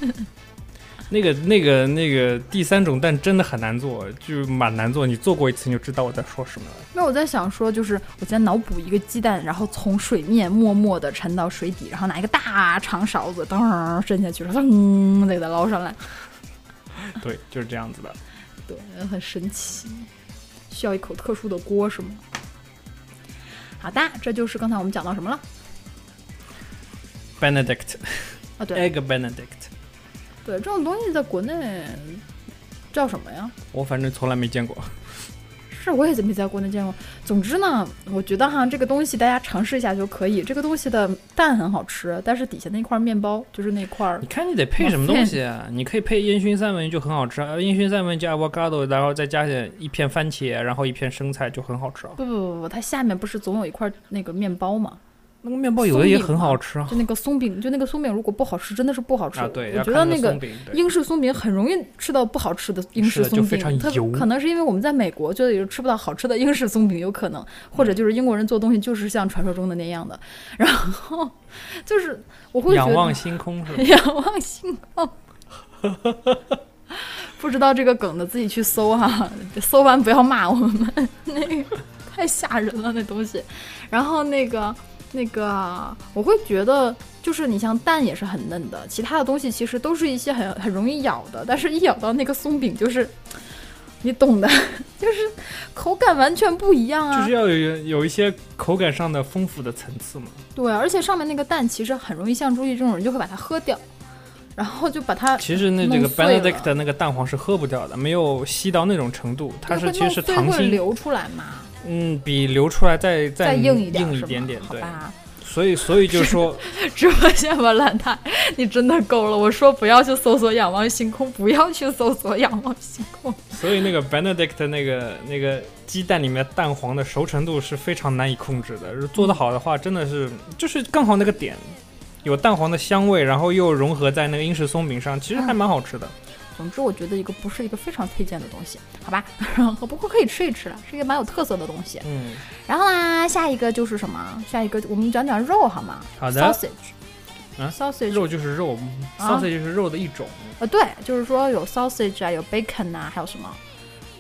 [SPEAKER 1] 那个、那个、那个第三种蛋真的很难做，就蛮难做。你做过一次你就知道我在说什么了。
[SPEAKER 2] 那我在想说，就是我在脑补一个鸡蛋，然后从水面默默地沉到水底，然后拿一个大长勺子噔伸下去，然后噔再给它捞上来，
[SPEAKER 1] 对，就是这样子的。
[SPEAKER 2] 对，很神奇。需要一口特殊的锅是吗？好的，这就是刚才我们讲到什么了
[SPEAKER 1] Benedict
[SPEAKER 2] 啊？对
[SPEAKER 1] egg Benedict，
[SPEAKER 2] 对，这种东西在国内叫什么呀？
[SPEAKER 1] 我反正从来没见
[SPEAKER 2] (laughs)
[SPEAKER 1] 过。
[SPEAKER 2] 是，我也没在国内见过。总之呢，我觉得哈，这个东西大家尝试一下就可以。这个东西的蛋很好吃，但是底下那块面包就是那块儿
[SPEAKER 1] 你看你得配什么东西啊？你可以配烟熏三文鱼就很好吃，啊，烟熏三文鱼加 avocado，然后再加点一片番茄，然后一片生菜就很好吃啊。
[SPEAKER 2] 不不不不，它下面不是总有一块那个面包嘛？
[SPEAKER 1] 那个面包有的也很好吃啊。
[SPEAKER 2] 就那个松饼，就那个松饼，如果不好吃，真的是不好吃。
[SPEAKER 1] 啊，对，
[SPEAKER 2] 我
[SPEAKER 1] 要
[SPEAKER 2] 觉
[SPEAKER 1] 看
[SPEAKER 2] 得
[SPEAKER 1] 那
[SPEAKER 2] 那个
[SPEAKER 1] 松饼对
[SPEAKER 2] 英式松饼很容易吃到不好吃的英
[SPEAKER 1] 是
[SPEAKER 2] 式
[SPEAKER 1] 的就
[SPEAKER 2] 松
[SPEAKER 1] 非
[SPEAKER 2] 饼
[SPEAKER 1] 常，
[SPEAKER 2] 特
[SPEAKER 1] 油
[SPEAKER 2] 可能是因为我们在美国就也吃不到好吃的英式松饼，有可
[SPEAKER 1] 嗯
[SPEAKER 2] 能，或者就是英国人做东西就是像传说中的那样的，然后就是我会觉
[SPEAKER 1] 仰
[SPEAKER 2] 得
[SPEAKER 1] 望星空
[SPEAKER 2] (laughs)
[SPEAKER 1] 是吧？
[SPEAKER 2] 仰望星空。 (laughs) 不知道这个梗的自己去搜哈、 (laughs) 搜完不要骂我们，那个太吓人了那东西。然后那个那个，我会觉得就是你像蛋也是很嫩的，其他的东西其实都是一些很很容易咬的，但是一咬到那个松饼就是，你懂的， (laughs) 就是口感完全不一样啊。
[SPEAKER 1] 就是要有有一些口感上的丰富的层次嘛。
[SPEAKER 2] 对，而且上面那个蛋其实很容易像朱毅这种人就会把它喝掉，然后就把它
[SPEAKER 1] 其实那
[SPEAKER 2] 呃弄
[SPEAKER 1] 这个
[SPEAKER 2] 碎了
[SPEAKER 1] Benedict 的那个蛋黄是喝不掉的，没有稀到那种程度，它是
[SPEAKER 2] 会
[SPEAKER 1] 其
[SPEAKER 2] 弄
[SPEAKER 1] 实是
[SPEAKER 2] 碎
[SPEAKER 1] 溏
[SPEAKER 2] 会
[SPEAKER 1] 心，
[SPEAKER 2] 流出来嘛，
[SPEAKER 1] 嗯，比流出来再再
[SPEAKER 2] 硬
[SPEAKER 1] 一
[SPEAKER 2] 点儿是吗，
[SPEAKER 1] 点点，
[SPEAKER 2] 好
[SPEAKER 1] 对。
[SPEAKER 2] 吧？
[SPEAKER 1] 所以所以就是说，
[SPEAKER 2] (laughs) 直播间吧，蓝太，你真的够了！我说不要去搜索仰望星空，不要去搜索仰望星 (laughs) 空。
[SPEAKER 1] 所以那个 Benedict 那个那个鸡蛋里面的蛋黄的熟成度是非常难以控制的，如果做得好的话，真的是就是刚好那个点，有蛋黄的香味，然后又融合在那个英式松饼上，其实还蛮好吃的。
[SPEAKER 2] 总之，我觉得一个不是一个非常推荐的东西，好吧？然后不过可以吃一吃了，是一个蛮有特色的东西。
[SPEAKER 1] 嗯，
[SPEAKER 2] 然后啦，下一个就是什么？下一个我们讲讲肉好吗
[SPEAKER 1] 好的
[SPEAKER 2] ？sausage，
[SPEAKER 1] 啊
[SPEAKER 2] sausage
[SPEAKER 1] 肉就是肉
[SPEAKER 2] 啊
[SPEAKER 1] ，sausage 就是肉的一种。
[SPEAKER 2] 呃，对，就是说有 sausage 啊，有 bacon 啊，还有什么，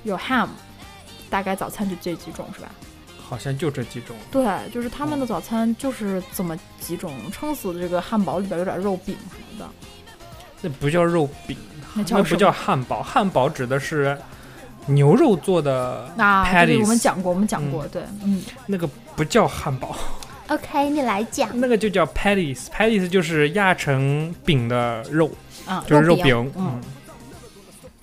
[SPEAKER 2] 有 ham，大概早餐就这几种是吧？
[SPEAKER 1] 好像就这几种，
[SPEAKER 2] 对，就是他们的早餐就是这么几种，撑死这个汉堡里边有点肉饼什么的，
[SPEAKER 1] 那不叫肉饼，
[SPEAKER 2] 那叫
[SPEAKER 1] 那
[SPEAKER 2] 什
[SPEAKER 1] 不
[SPEAKER 2] 么
[SPEAKER 1] 叫汉堡，汉堡指的是牛肉做的，
[SPEAKER 2] 啊，对对，我们
[SPEAKER 1] patties
[SPEAKER 2] 讲过，我们讲过，对，嗯
[SPEAKER 1] 那个不叫汉堡，
[SPEAKER 6] OK，你来讲。
[SPEAKER 1] (laughs) 那个就叫 patties，patties 就是压成饼的肉，
[SPEAKER 2] 啊，
[SPEAKER 1] 就是
[SPEAKER 2] 肉
[SPEAKER 1] 肉饼，嗯，
[SPEAKER 2] 嗯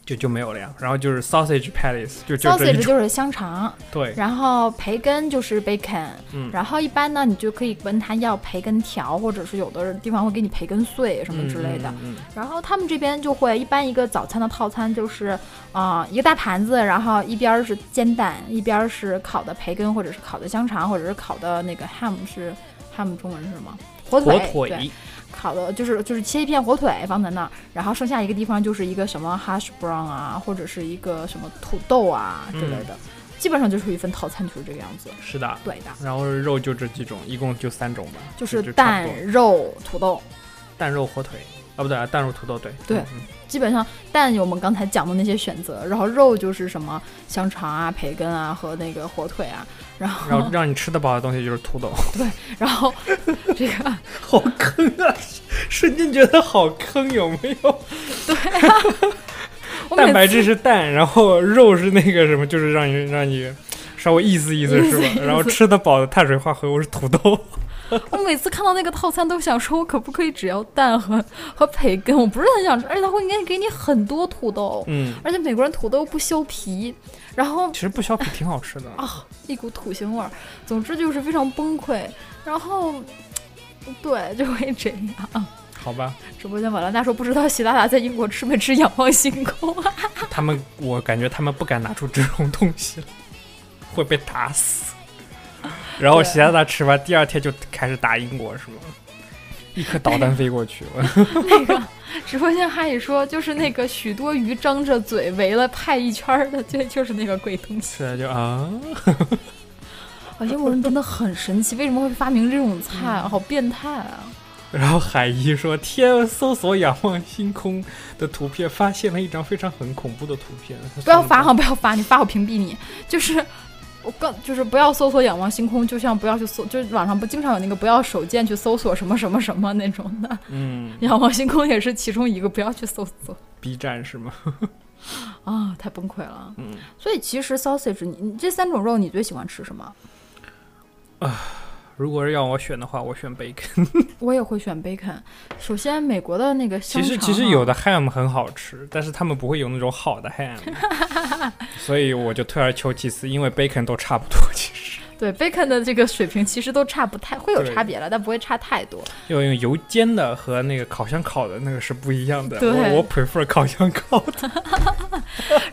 [SPEAKER 1] 就就没有了呀。然后就是 sausage patties，就就这一
[SPEAKER 2] sausage
[SPEAKER 1] 种，
[SPEAKER 2] 就是香肠，
[SPEAKER 1] 对，
[SPEAKER 2] 然后培根就是 bacon，
[SPEAKER 1] 嗯
[SPEAKER 2] 然后一般呢，你就可以问他要培根条，或者是有的地方会给你培根碎什么之类的。
[SPEAKER 1] 嗯，嗯嗯
[SPEAKER 2] 然后他们这边就会一般一个早餐的套餐就是，啊、一个大盘子，然后一边儿是煎蛋，一边儿是烤的培根或者是烤的香肠，或者是烤的那个 ham 是 ham 中文是什么？火
[SPEAKER 1] 嗯火
[SPEAKER 2] 腿，对，
[SPEAKER 1] 腿，
[SPEAKER 2] 烤的就是就是切一片火腿放在那儿，然后剩下一个地方就是一个什么 hash brown 啊，或者是一个什么土豆啊之类的，
[SPEAKER 1] 嗯
[SPEAKER 2] 基本上就是一份套餐就是这个样子。
[SPEAKER 1] 是的。
[SPEAKER 2] 对的，
[SPEAKER 1] 然后肉就这几种，一共就三种吧，
[SPEAKER 2] 就是
[SPEAKER 1] 差不
[SPEAKER 2] 蛋
[SPEAKER 1] 多、
[SPEAKER 2] 肉、土豆，
[SPEAKER 1] 蛋肉火腿，啊不对啊，蛋肉土豆，对
[SPEAKER 2] 对
[SPEAKER 1] 嗯嗯
[SPEAKER 2] 基本上蛋有我们刚才讲的那些选择，然后肉就是什么香肠啊、培根啊和那个火腿啊， (laughs) 然后
[SPEAKER 1] 然后让你吃得饱的东西就是土豆， (laughs)
[SPEAKER 2] 然后 (laughs) 这个
[SPEAKER 1] 好坑啊！瞬间觉得好坑，有没有？
[SPEAKER 2] 我
[SPEAKER 1] 蛋
[SPEAKER 2] 每
[SPEAKER 1] 白
[SPEAKER 2] 次
[SPEAKER 1] 质是蛋，然后肉是那个什么，就是让你让你稍微意思意思
[SPEAKER 2] 意
[SPEAKER 1] 是
[SPEAKER 2] 思
[SPEAKER 1] 吧
[SPEAKER 2] 意？思
[SPEAKER 1] 然后吃得饱的碳水化合物是土
[SPEAKER 2] (laughs)
[SPEAKER 1] 豆，
[SPEAKER 2] 我每次看到那个套餐都想说，我可不可以只要蛋和 (laughs) 和培根？我不是很想吃，而且他会应该给你很多土豆，
[SPEAKER 1] 嗯，
[SPEAKER 2] 而且美国人土豆不削皮，然后
[SPEAKER 1] 其实不削皮挺好吃的。
[SPEAKER 2] 啊，一股土腥味儿，总之就是非常崩溃。然后，对，就会这样。
[SPEAKER 1] 好吧，
[SPEAKER 2] 直播间瓦兰大说不知道喜达达在英国吃没吃仰望星空啊？
[SPEAKER 1] 他们我感觉他们不敢拿出这种东西了，会被打死。然后
[SPEAKER 2] 对
[SPEAKER 1] 喜拉达吃完，第二天就开始打英国，是吗？一颗导弹飞过去，我 (laughs)
[SPEAKER 2] 那个直播间哈里说，就是那个许多鱼张着嘴围了派一圈儿的，对，就是那个鬼东西。
[SPEAKER 1] 吃了就啊，
[SPEAKER 2] 啊，英国人真的很神奇，为什么会发明这种菜啊？好变态啊！
[SPEAKER 1] 然后海一说：“天，搜索仰望星空的图片，发现了一张非常很恐怖的图片。”
[SPEAKER 2] 不要发啊哈，不要发，你发我屏蔽你。就是我刚就是不要搜索仰望星空，就像不要去搜，就是网上不经常有那个不要手贱去搜索什么什么什么那种的。
[SPEAKER 1] 嗯
[SPEAKER 2] 仰望星空也是其中一个，不要去搜索
[SPEAKER 1] ，B 站是吗？
[SPEAKER 2] 啊，太崩溃了。
[SPEAKER 1] 嗯，
[SPEAKER 2] 所以其实 sausage，你你这三种肉你最喜欢吃什么？
[SPEAKER 1] 如果让我选的话，我选 bacon。
[SPEAKER 2] 我也会选 bacon。首先，美国的那个香
[SPEAKER 1] 其
[SPEAKER 2] 肠、啊
[SPEAKER 1] 实其实有的 ham 很好吃，但是他们不会有那种好的 ham，所 (laughs) 以我就退而求其次，因为 bacon 都差不多。其实，
[SPEAKER 2] 对 bacon 的这个水平其实都差不太会有
[SPEAKER 1] 对
[SPEAKER 2] 差别了，但不会差太多。
[SPEAKER 1] 因为油煎的和那个烤箱烤的那个是不一样的。
[SPEAKER 2] 对
[SPEAKER 1] 我我 prefer 烤箱烤的。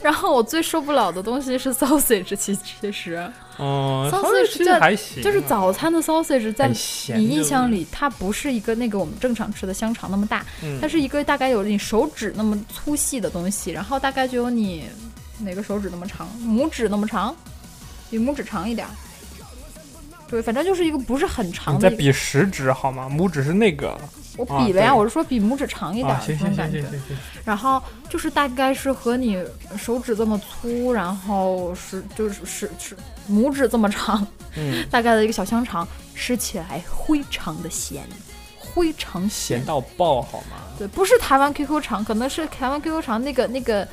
[SPEAKER 2] 然后我最受不了的东西是 sausage，其其实
[SPEAKER 1] (laughs) 哦、
[SPEAKER 2] 上次
[SPEAKER 1] 好像
[SPEAKER 2] 是
[SPEAKER 1] 其实
[SPEAKER 2] 在
[SPEAKER 1] 还行啊，
[SPEAKER 2] 就是早餐的 sausage 在
[SPEAKER 1] 很咸
[SPEAKER 2] 你
[SPEAKER 1] 的
[SPEAKER 2] 印象里，它不是一个那个我们正常吃的香肠那么大，
[SPEAKER 1] 嗯
[SPEAKER 2] 它是一个大概有你手指那么粗细的东西，然后大概就有你哪个手指那么长，拇指那么长，比拇指长一点儿。对，反正就是一个不是很长
[SPEAKER 1] 你在
[SPEAKER 2] 的一个，
[SPEAKER 1] 比食指好吗？拇指是那个。
[SPEAKER 2] 我
[SPEAKER 1] 啊
[SPEAKER 2] 比了呀，
[SPEAKER 1] 对
[SPEAKER 2] 我是说比拇指长一点
[SPEAKER 1] 啊，
[SPEAKER 2] 儿
[SPEAKER 1] 行
[SPEAKER 2] 那
[SPEAKER 1] 行行
[SPEAKER 2] 种感觉
[SPEAKER 1] 行。行行，
[SPEAKER 2] 然后就是大概是和你手指这么粗，然后是就是是是拇指这么长，
[SPEAKER 1] 嗯，
[SPEAKER 2] 大概的一个小香肠，吃起来非常的咸，非常
[SPEAKER 1] 咸到爆好吗？
[SPEAKER 2] 对，不是台湾 QQ 肠，可能是台湾 QQ 肠那个那个，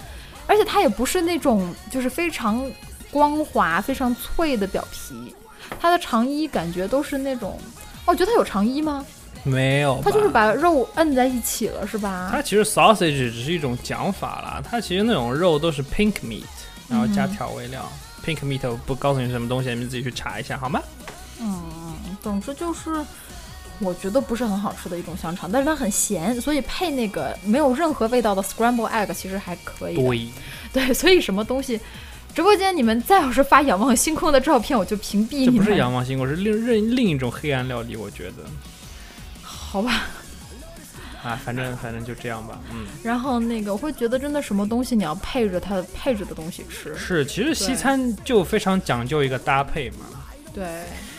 [SPEAKER 2] 而且它也不是那种就是非常光滑、非常脆的表皮，它的肠衣感觉都是那种，哦我觉得它有肠衣吗？
[SPEAKER 1] 没有吧，
[SPEAKER 2] 它就是把肉摁在一起了，是吧
[SPEAKER 1] 它？其实 sausage 只是一种讲法啦，它其实那种肉都是 pink meat，然后加调味料。pink meat 我不告诉你什么东西，你们自己去查一下好吗？
[SPEAKER 2] 总之就是。我觉得不是很好吃的一种香肠，但是它很咸，所以配那个没有任何味道的 scramble egg 其实还可以的。
[SPEAKER 1] 对，
[SPEAKER 2] 对，所以什么东西，直播间你们再要是发仰望星空的照片，我就屏蔽你
[SPEAKER 1] 这
[SPEAKER 2] 们。
[SPEAKER 1] 不是仰望星空，是另另另一种黑暗料理，我觉得
[SPEAKER 2] 好吧？
[SPEAKER 1] 啊，反正反正就这样吧，嗯，
[SPEAKER 2] 然后那个，我会觉得真的什么东西你要配着它配着的东西吃，
[SPEAKER 1] 是，其实西餐就非常讲究一个搭配嘛，
[SPEAKER 2] 对，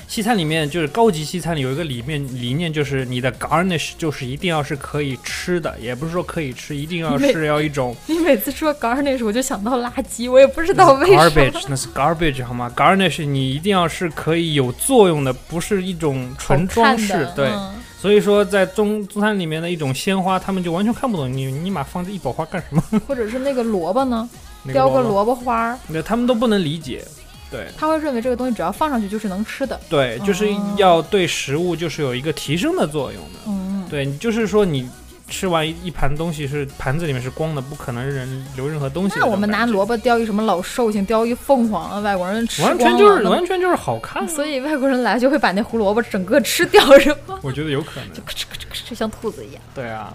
[SPEAKER 1] 西餐里面就是高级西餐里有一个理念，理念就是你的 garnish 就是一定要是可以吃的，也不是说可以吃，一定要
[SPEAKER 2] 没
[SPEAKER 1] 是要一种
[SPEAKER 2] 你每次说 garnish，我就想到垃圾，我也不知道为什么。
[SPEAKER 1] garbage，那是 garbage 好吗？garnish 你一定要是可以有作用的，不是一种纯装
[SPEAKER 2] 好
[SPEAKER 1] 饰
[SPEAKER 2] 看的。
[SPEAKER 1] 对，
[SPEAKER 2] 嗯
[SPEAKER 1] 所以说在中中餐里面的一种鲜花，他们就完全看不懂你你妈放这一朵花干什么？
[SPEAKER 2] 或者是那个萝卜呢，
[SPEAKER 1] 那
[SPEAKER 2] 雕个
[SPEAKER 1] 萝卜，
[SPEAKER 2] 萝卜花儿，
[SPEAKER 1] 那他们都不能理解。对
[SPEAKER 2] 他会认为这个东西只要放上去就是能吃的。
[SPEAKER 1] 对，就是
[SPEAKER 2] 哦
[SPEAKER 1] 要对食物就是有一个提升的作用的。
[SPEAKER 2] 嗯，
[SPEAKER 1] 对，你就是说你吃完一一盘东西是盘子里面是光的，不可能人留任何东西的
[SPEAKER 2] 那
[SPEAKER 1] 那种感觉。
[SPEAKER 2] 我们拿萝卜雕一什么老寿星，雕一凤凰啊，外国人吃光
[SPEAKER 1] 完
[SPEAKER 2] 了
[SPEAKER 1] 全就是
[SPEAKER 2] 那
[SPEAKER 1] 完全就是好看啊，
[SPEAKER 2] (laughs) 所以外国人来就会把那胡萝卜整个吃掉，是吧？
[SPEAKER 1] 我觉得有可能。
[SPEAKER 2] 咔哧咔哧咔哧，就像兔子一样。
[SPEAKER 1] 对啊，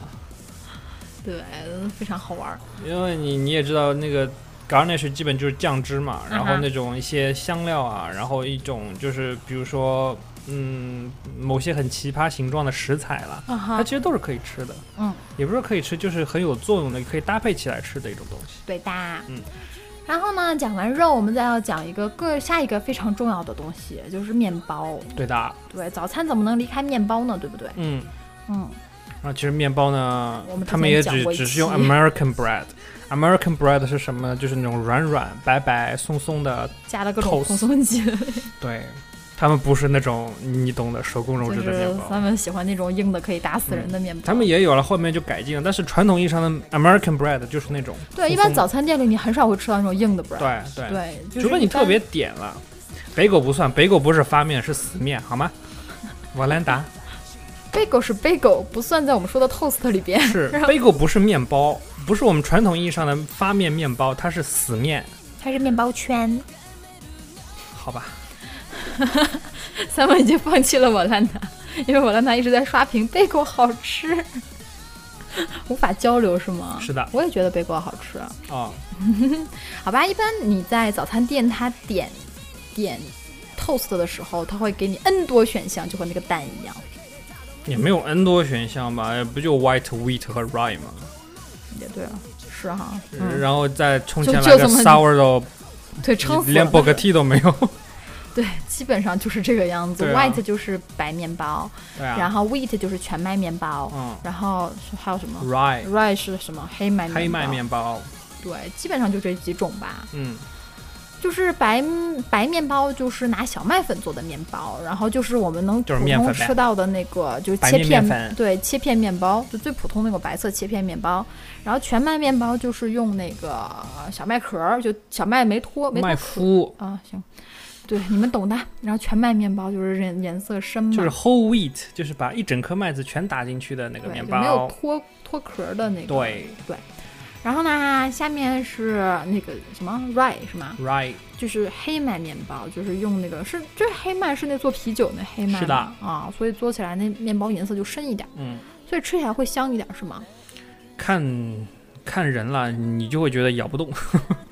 [SPEAKER 2] (laughs) 对，嗯非常好玩儿。
[SPEAKER 1] 因为你你也知道那个 garnish 基本就是酱汁嘛，然后
[SPEAKER 2] 嗯哼
[SPEAKER 1] 那种一些香料啊，然后一种就是比如说嗯某些很奇葩形状的食材啦，
[SPEAKER 2] 啊
[SPEAKER 1] 它
[SPEAKER 2] 哈
[SPEAKER 1] 其，实都是可以吃的。
[SPEAKER 2] 嗯，
[SPEAKER 1] 也不是可以吃，就是很有作用的，可以搭配起来吃的一种东西。
[SPEAKER 2] 对的。
[SPEAKER 1] 嗯。
[SPEAKER 2] 然后呢，讲完肉，我们再要讲一个各下一个非常重要的东西，就是面包。
[SPEAKER 1] 对的，啊
[SPEAKER 2] 对，早餐怎么能离开面包呢？对不对？
[SPEAKER 1] 嗯。
[SPEAKER 2] 嗯，
[SPEAKER 1] 然后其实面包呢
[SPEAKER 2] 我们，之前
[SPEAKER 1] 他们也
[SPEAKER 2] 讲
[SPEAKER 1] 只
[SPEAKER 2] 过一
[SPEAKER 1] 只
[SPEAKER 2] 期
[SPEAKER 1] 是用 American bread。American bread 是什么呢？就是那种软软、白白、松松的，
[SPEAKER 2] 加了各种
[SPEAKER 1] Toast
[SPEAKER 2] 蓬松剂，
[SPEAKER 1] 对，他们不是那种你懂的手工揉
[SPEAKER 2] 就
[SPEAKER 1] 制的
[SPEAKER 2] 是
[SPEAKER 1] 面
[SPEAKER 2] 他
[SPEAKER 1] 包。嗯
[SPEAKER 2] 们喜欢那种硬的可以打死人的面包。
[SPEAKER 1] 他们也有了，后面就改进了。但是传统意义上的 American bread 就是那种
[SPEAKER 2] 对，
[SPEAKER 1] 松松
[SPEAKER 2] 一般
[SPEAKER 1] 的
[SPEAKER 2] 早餐店里你很少会吃到那种硬的 bread。
[SPEAKER 1] 对对，
[SPEAKER 2] 对，就是
[SPEAKER 1] 除非你
[SPEAKER 2] 一般
[SPEAKER 1] 特别点了。北狗不算，北狗不是发面，是死面，
[SPEAKER 2] (laughs)
[SPEAKER 1] 好吗？瓦兰达
[SPEAKER 2] bagel 是 bagel，不算在我们说的 toast 里边。 (laughs)
[SPEAKER 1] 是北狗不是面包，不是我们传统意义上的发面面包，它是死面，
[SPEAKER 2] 它是面包圈。
[SPEAKER 1] 好吧？
[SPEAKER 2] 三文已经放弃了瓦兰达，因为瓦兰达一直在刷屏贝果好吃，无法交流是吗？
[SPEAKER 1] 是的
[SPEAKER 2] 我也觉得贝果好吃。
[SPEAKER 1] 啊、
[SPEAKER 2] 好吧，一般你在早餐店它点点 toast 的时候，它会给你 n 多选项，就和那个蛋一样，
[SPEAKER 1] 也没有 N 多选项吧，不就 white wheat 和 rye 吗？
[SPEAKER 2] 也对啊，是哈，嗯，
[SPEAKER 1] 然后再冲
[SPEAKER 2] 就
[SPEAKER 1] 前
[SPEAKER 2] 就
[SPEAKER 1] 来个
[SPEAKER 2] 这么
[SPEAKER 1] sourdough，
[SPEAKER 2] 对，撑死
[SPEAKER 1] 连
[SPEAKER 2] 了。
[SPEAKER 1] spaghetti 都没有。
[SPEAKER 2] 对，基本上就是这个样子。
[SPEAKER 1] 对啊
[SPEAKER 2] White 就是白面包，
[SPEAKER 1] 对啊，
[SPEAKER 2] 然后 wheat 就是全麦面包，
[SPEAKER 1] 嗯
[SPEAKER 2] 然后是还有什么
[SPEAKER 1] rye
[SPEAKER 2] ？rye 是什么？黑麦面包。
[SPEAKER 1] 黑麦面包，
[SPEAKER 2] 对，基本上就这几种吧。
[SPEAKER 1] 嗯，
[SPEAKER 2] 就是白白面包，就是拿小麦粉做的面包，然后就是我们能
[SPEAKER 1] 就是
[SPEAKER 2] 普
[SPEAKER 1] 面
[SPEAKER 2] 通
[SPEAKER 1] 粉呗
[SPEAKER 2] 吃到的那个，就是
[SPEAKER 1] 白
[SPEAKER 2] 切
[SPEAKER 1] 面
[SPEAKER 2] 片
[SPEAKER 1] 面粉
[SPEAKER 2] 对切片面包，就最普通那种白色切片面包。然后全麦面包就是用那个小麦壳儿，就小麦没脱没
[SPEAKER 1] 麦
[SPEAKER 2] 脱
[SPEAKER 1] 麸
[SPEAKER 2] 啊，行，对，你们懂的。然后全麦面包就是颜颜色深嘛，
[SPEAKER 1] 就是 whole wheat，就是把一整颗麦子全打进去的那个
[SPEAKER 2] 对，
[SPEAKER 1] 面
[SPEAKER 2] 就没有
[SPEAKER 1] 包。
[SPEAKER 2] 脱脱壳儿的那个。
[SPEAKER 1] 对
[SPEAKER 2] 然后呢，下面是那个什么 rye 是吗？
[SPEAKER 1] ，rye
[SPEAKER 2] 就是黑麦面包，就是用那个是，就是黑麦是那做啤酒那黑麦吗，
[SPEAKER 1] 是的
[SPEAKER 2] 啊，所以做起来那面包颜色就深一点，
[SPEAKER 1] 嗯，
[SPEAKER 2] 所以吃起来会香一点，是吗？
[SPEAKER 1] 看看人了，你就会觉得咬不动，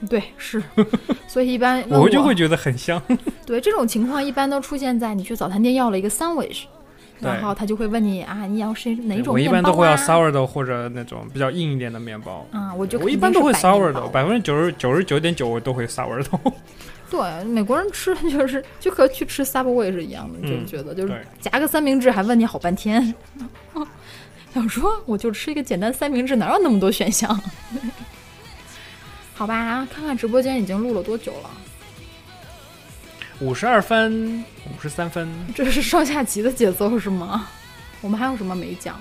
[SPEAKER 2] 对，是， (laughs) 所以一般问
[SPEAKER 1] 我就会觉得很香。
[SPEAKER 2] 对这种情况一般都出现在你去早餐店要了一个 sandwich，
[SPEAKER 1] 对
[SPEAKER 2] 然后他就会问你啊，你要是哪种
[SPEAKER 1] 我一
[SPEAKER 2] 面包、啊、
[SPEAKER 1] 般都会要 sourdough 或者那种比较硬一点的面包。
[SPEAKER 2] 啊，我就
[SPEAKER 1] 我一般都会 sourdough，百分之九十九十九点九我都会 sourdough。
[SPEAKER 2] 对，美国人吃的就是就和去吃 Subway 是一样的，你就
[SPEAKER 1] 嗯
[SPEAKER 2] 觉得 (laughs) 就是
[SPEAKER 1] 对
[SPEAKER 2] 夹个三明治还问你好半天， (laughs) 想说我就吃一个简单三明治，哪有那么多选项？好吧，看看直播间已经录了多久了，
[SPEAKER 1] 五十二分，五十三分
[SPEAKER 2] 这是上下集的节奏是吗？我们还有什么没讲？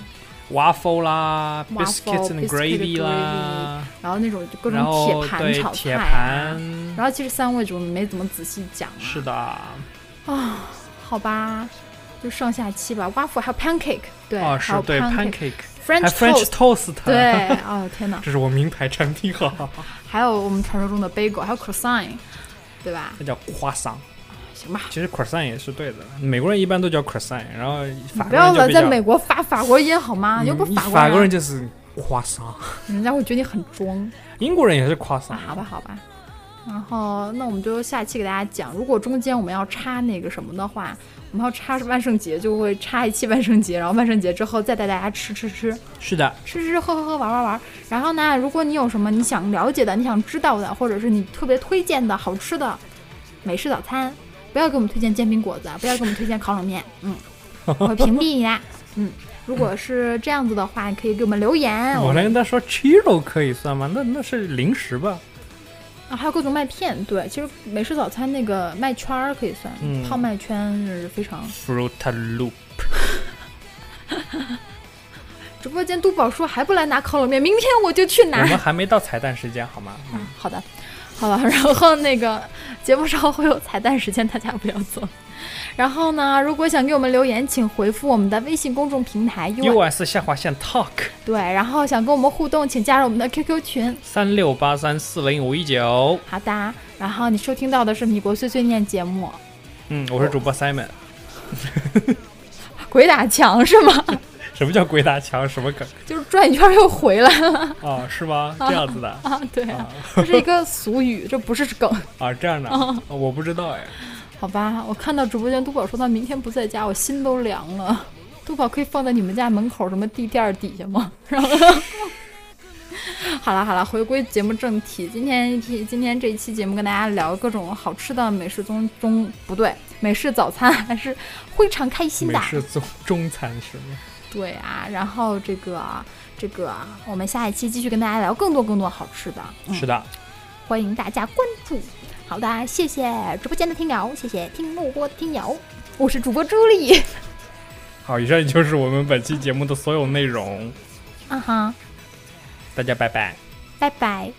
[SPEAKER 1] ，waffle
[SPEAKER 2] (laughs)
[SPEAKER 1] 啦
[SPEAKER 2] Waffle,
[SPEAKER 1] ，biscuits and
[SPEAKER 2] biscuit
[SPEAKER 1] gravy 啦，
[SPEAKER 2] 然后那种就各
[SPEAKER 1] 然
[SPEAKER 2] 种
[SPEAKER 1] 后
[SPEAKER 2] 铁盘
[SPEAKER 1] 对
[SPEAKER 2] 炒菜、
[SPEAKER 1] 铁
[SPEAKER 2] 啊，
[SPEAKER 1] 盘，
[SPEAKER 2] 然后其实 sandwich 我们没怎么仔细讲、啊，
[SPEAKER 1] 是的，
[SPEAKER 2] 好吧，就上下期吧。waffle 还有 pancake，对，
[SPEAKER 1] 哦
[SPEAKER 2] 还
[SPEAKER 1] 是
[SPEAKER 2] 有
[SPEAKER 1] 对
[SPEAKER 2] pancake，French
[SPEAKER 1] pancake，还 French
[SPEAKER 2] toast。
[SPEAKER 1] toast，
[SPEAKER 2] 对，，哦天哪，
[SPEAKER 1] 这是我名牌产品，哈
[SPEAKER 2] (laughs)
[SPEAKER 1] 哈哈，
[SPEAKER 2] 还有我们传说中的 bagel，还有 croissant，对吧？
[SPEAKER 1] 那叫夸桑。
[SPEAKER 2] 行吧，
[SPEAKER 1] 其实 croissant 也是对的，美国人一般都叫 croissant，然后法
[SPEAKER 2] 不
[SPEAKER 1] 国
[SPEAKER 2] 要
[SPEAKER 1] 人就
[SPEAKER 2] 老
[SPEAKER 1] 比
[SPEAKER 2] 在
[SPEAKER 1] 较
[SPEAKER 2] 美国发法国音好吗？
[SPEAKER 1] 嗯
[SPEAKER 2] 又不是
[SPEAKER 1] 法
[SPEAKER 2] 国人，啊
[SPEAKER 1] 国人就是夸桑，
[SPEAKER 2] 人家会觉得你很装
[SPEAKER 1] 英国人也是夸
[SPEAKER 2] 啊。
[SPEAKER 1] 桑，
[SPEAKER 2] 好吧，好吧。然后，那我们就下一期给大家讲，如果中间我们要插那个什么的话，我们要插万圣节，就会插一期万圣节，然后万圣节之后再带大家吃吃吃
[SPEAKER 1] 是的，
[SPEAKER 2] 吃吃喝喝喝玩玩玩。然后呢，如果你有什么你想了解的、你想知道的，或者是你特别推荐的好吃的美式早餐，不要给我们推荐煎饼果子，啊，不要给我们推荐烤冷面，嗯，我会屏蔽你的。嗯，如果是这样子的话，你可以哎给我们留言。
[SPEAKER 1] 我来跟他说 c h i r o 可以算吗？那那是零食吧？
[SPEAKER 2] 啊，还有各种麦片，对，其实美式早餐那个麦圈儿可以算，
[SPEAKER 1] 嗯
[SPEAKER 2] 泡麦圈是非常。
[SPEAKER 1] Fruit Loop，
[SPEAKER 2] 直播间杜宝说还不来拿烤冷面，明天我就去
[SPEAKER 1] 我
[SPEAKER 2] 拿。
[SPEAKER 1] 们还没到彩蛋时间，
[SPEAKER 2] (laughs)
[SPEAKER 1] 好吗？嗯
[SPEAKER 2] 啊，好的，好了， (laughs) 然后那个节目稍后会有彩蛋时间，大家不要走。然后呢，如果想给我们留言，请回复我们的微信公众平台 U
[SPEAKER 1] US 下划线 Talk
[SPEAKER 2] 对，然后想跟我们互动，请加入我们的 QQ 群。
[SPEAKER 1] 三六八三四零五一九。
[SPEAKER 2] 好的，然后你收听到的是米国碎碎念节目，
[SPEAKER 1] 嗯，我是主
[SPEAKER 2] 哦
[SPEAKER 1] 播 Simon。
[SPEAKER 2] 鬼打墙是吗？ (laughs)
[SPEAKER 1] 什么叫鬼打墙？什么梗？
[SPEAKER 2] 就是转一圈儿又回来了
[SPEAKER 1] 哦，是吗？这样子的啊
[SPEAKER 2] 啊！对啊，这是一个俗语，这不是梗，
[SPEAKER 1] 这样的啊，
[SPEAKER 2] 哦
[SPEAKER 1] 我不知道哎。
[SPEAKER 2] 好吧？我看到直播间杜宝说他明天不在家，我心都凉了。 (laughs) 杜宝可以放在你们家门口什么地垫儿底下吗？ (laughs) 然后。好了好了，回归节目正题。今天一期，今天这一期节目跟大家聊各种好吃的美式中中不对，美式早餐还是非常开心
[SPEAKER 1] 美
[SPEAKER 2] 的。
[SPEAKER 1] 式中中餐是吗？
[SPEAKER 2] 对啊，然后这个这个，我们下一期继续跟大家聊更多更多好吃的，嗯、
[SPEAKER 1] 是的，
[SPEAKER 2] 欢迎大家关注。好的，谢谢直播间的听友，谢谢听录播的听友，我是主播朱莉。
[SPEAKER 1] 好，以上就是我们本期节目的所有内容，
[SPEAKER 2] 啊哈，
[SPEAKER 1] 大家拜拜。
[SPEAKER 2] 拜拜。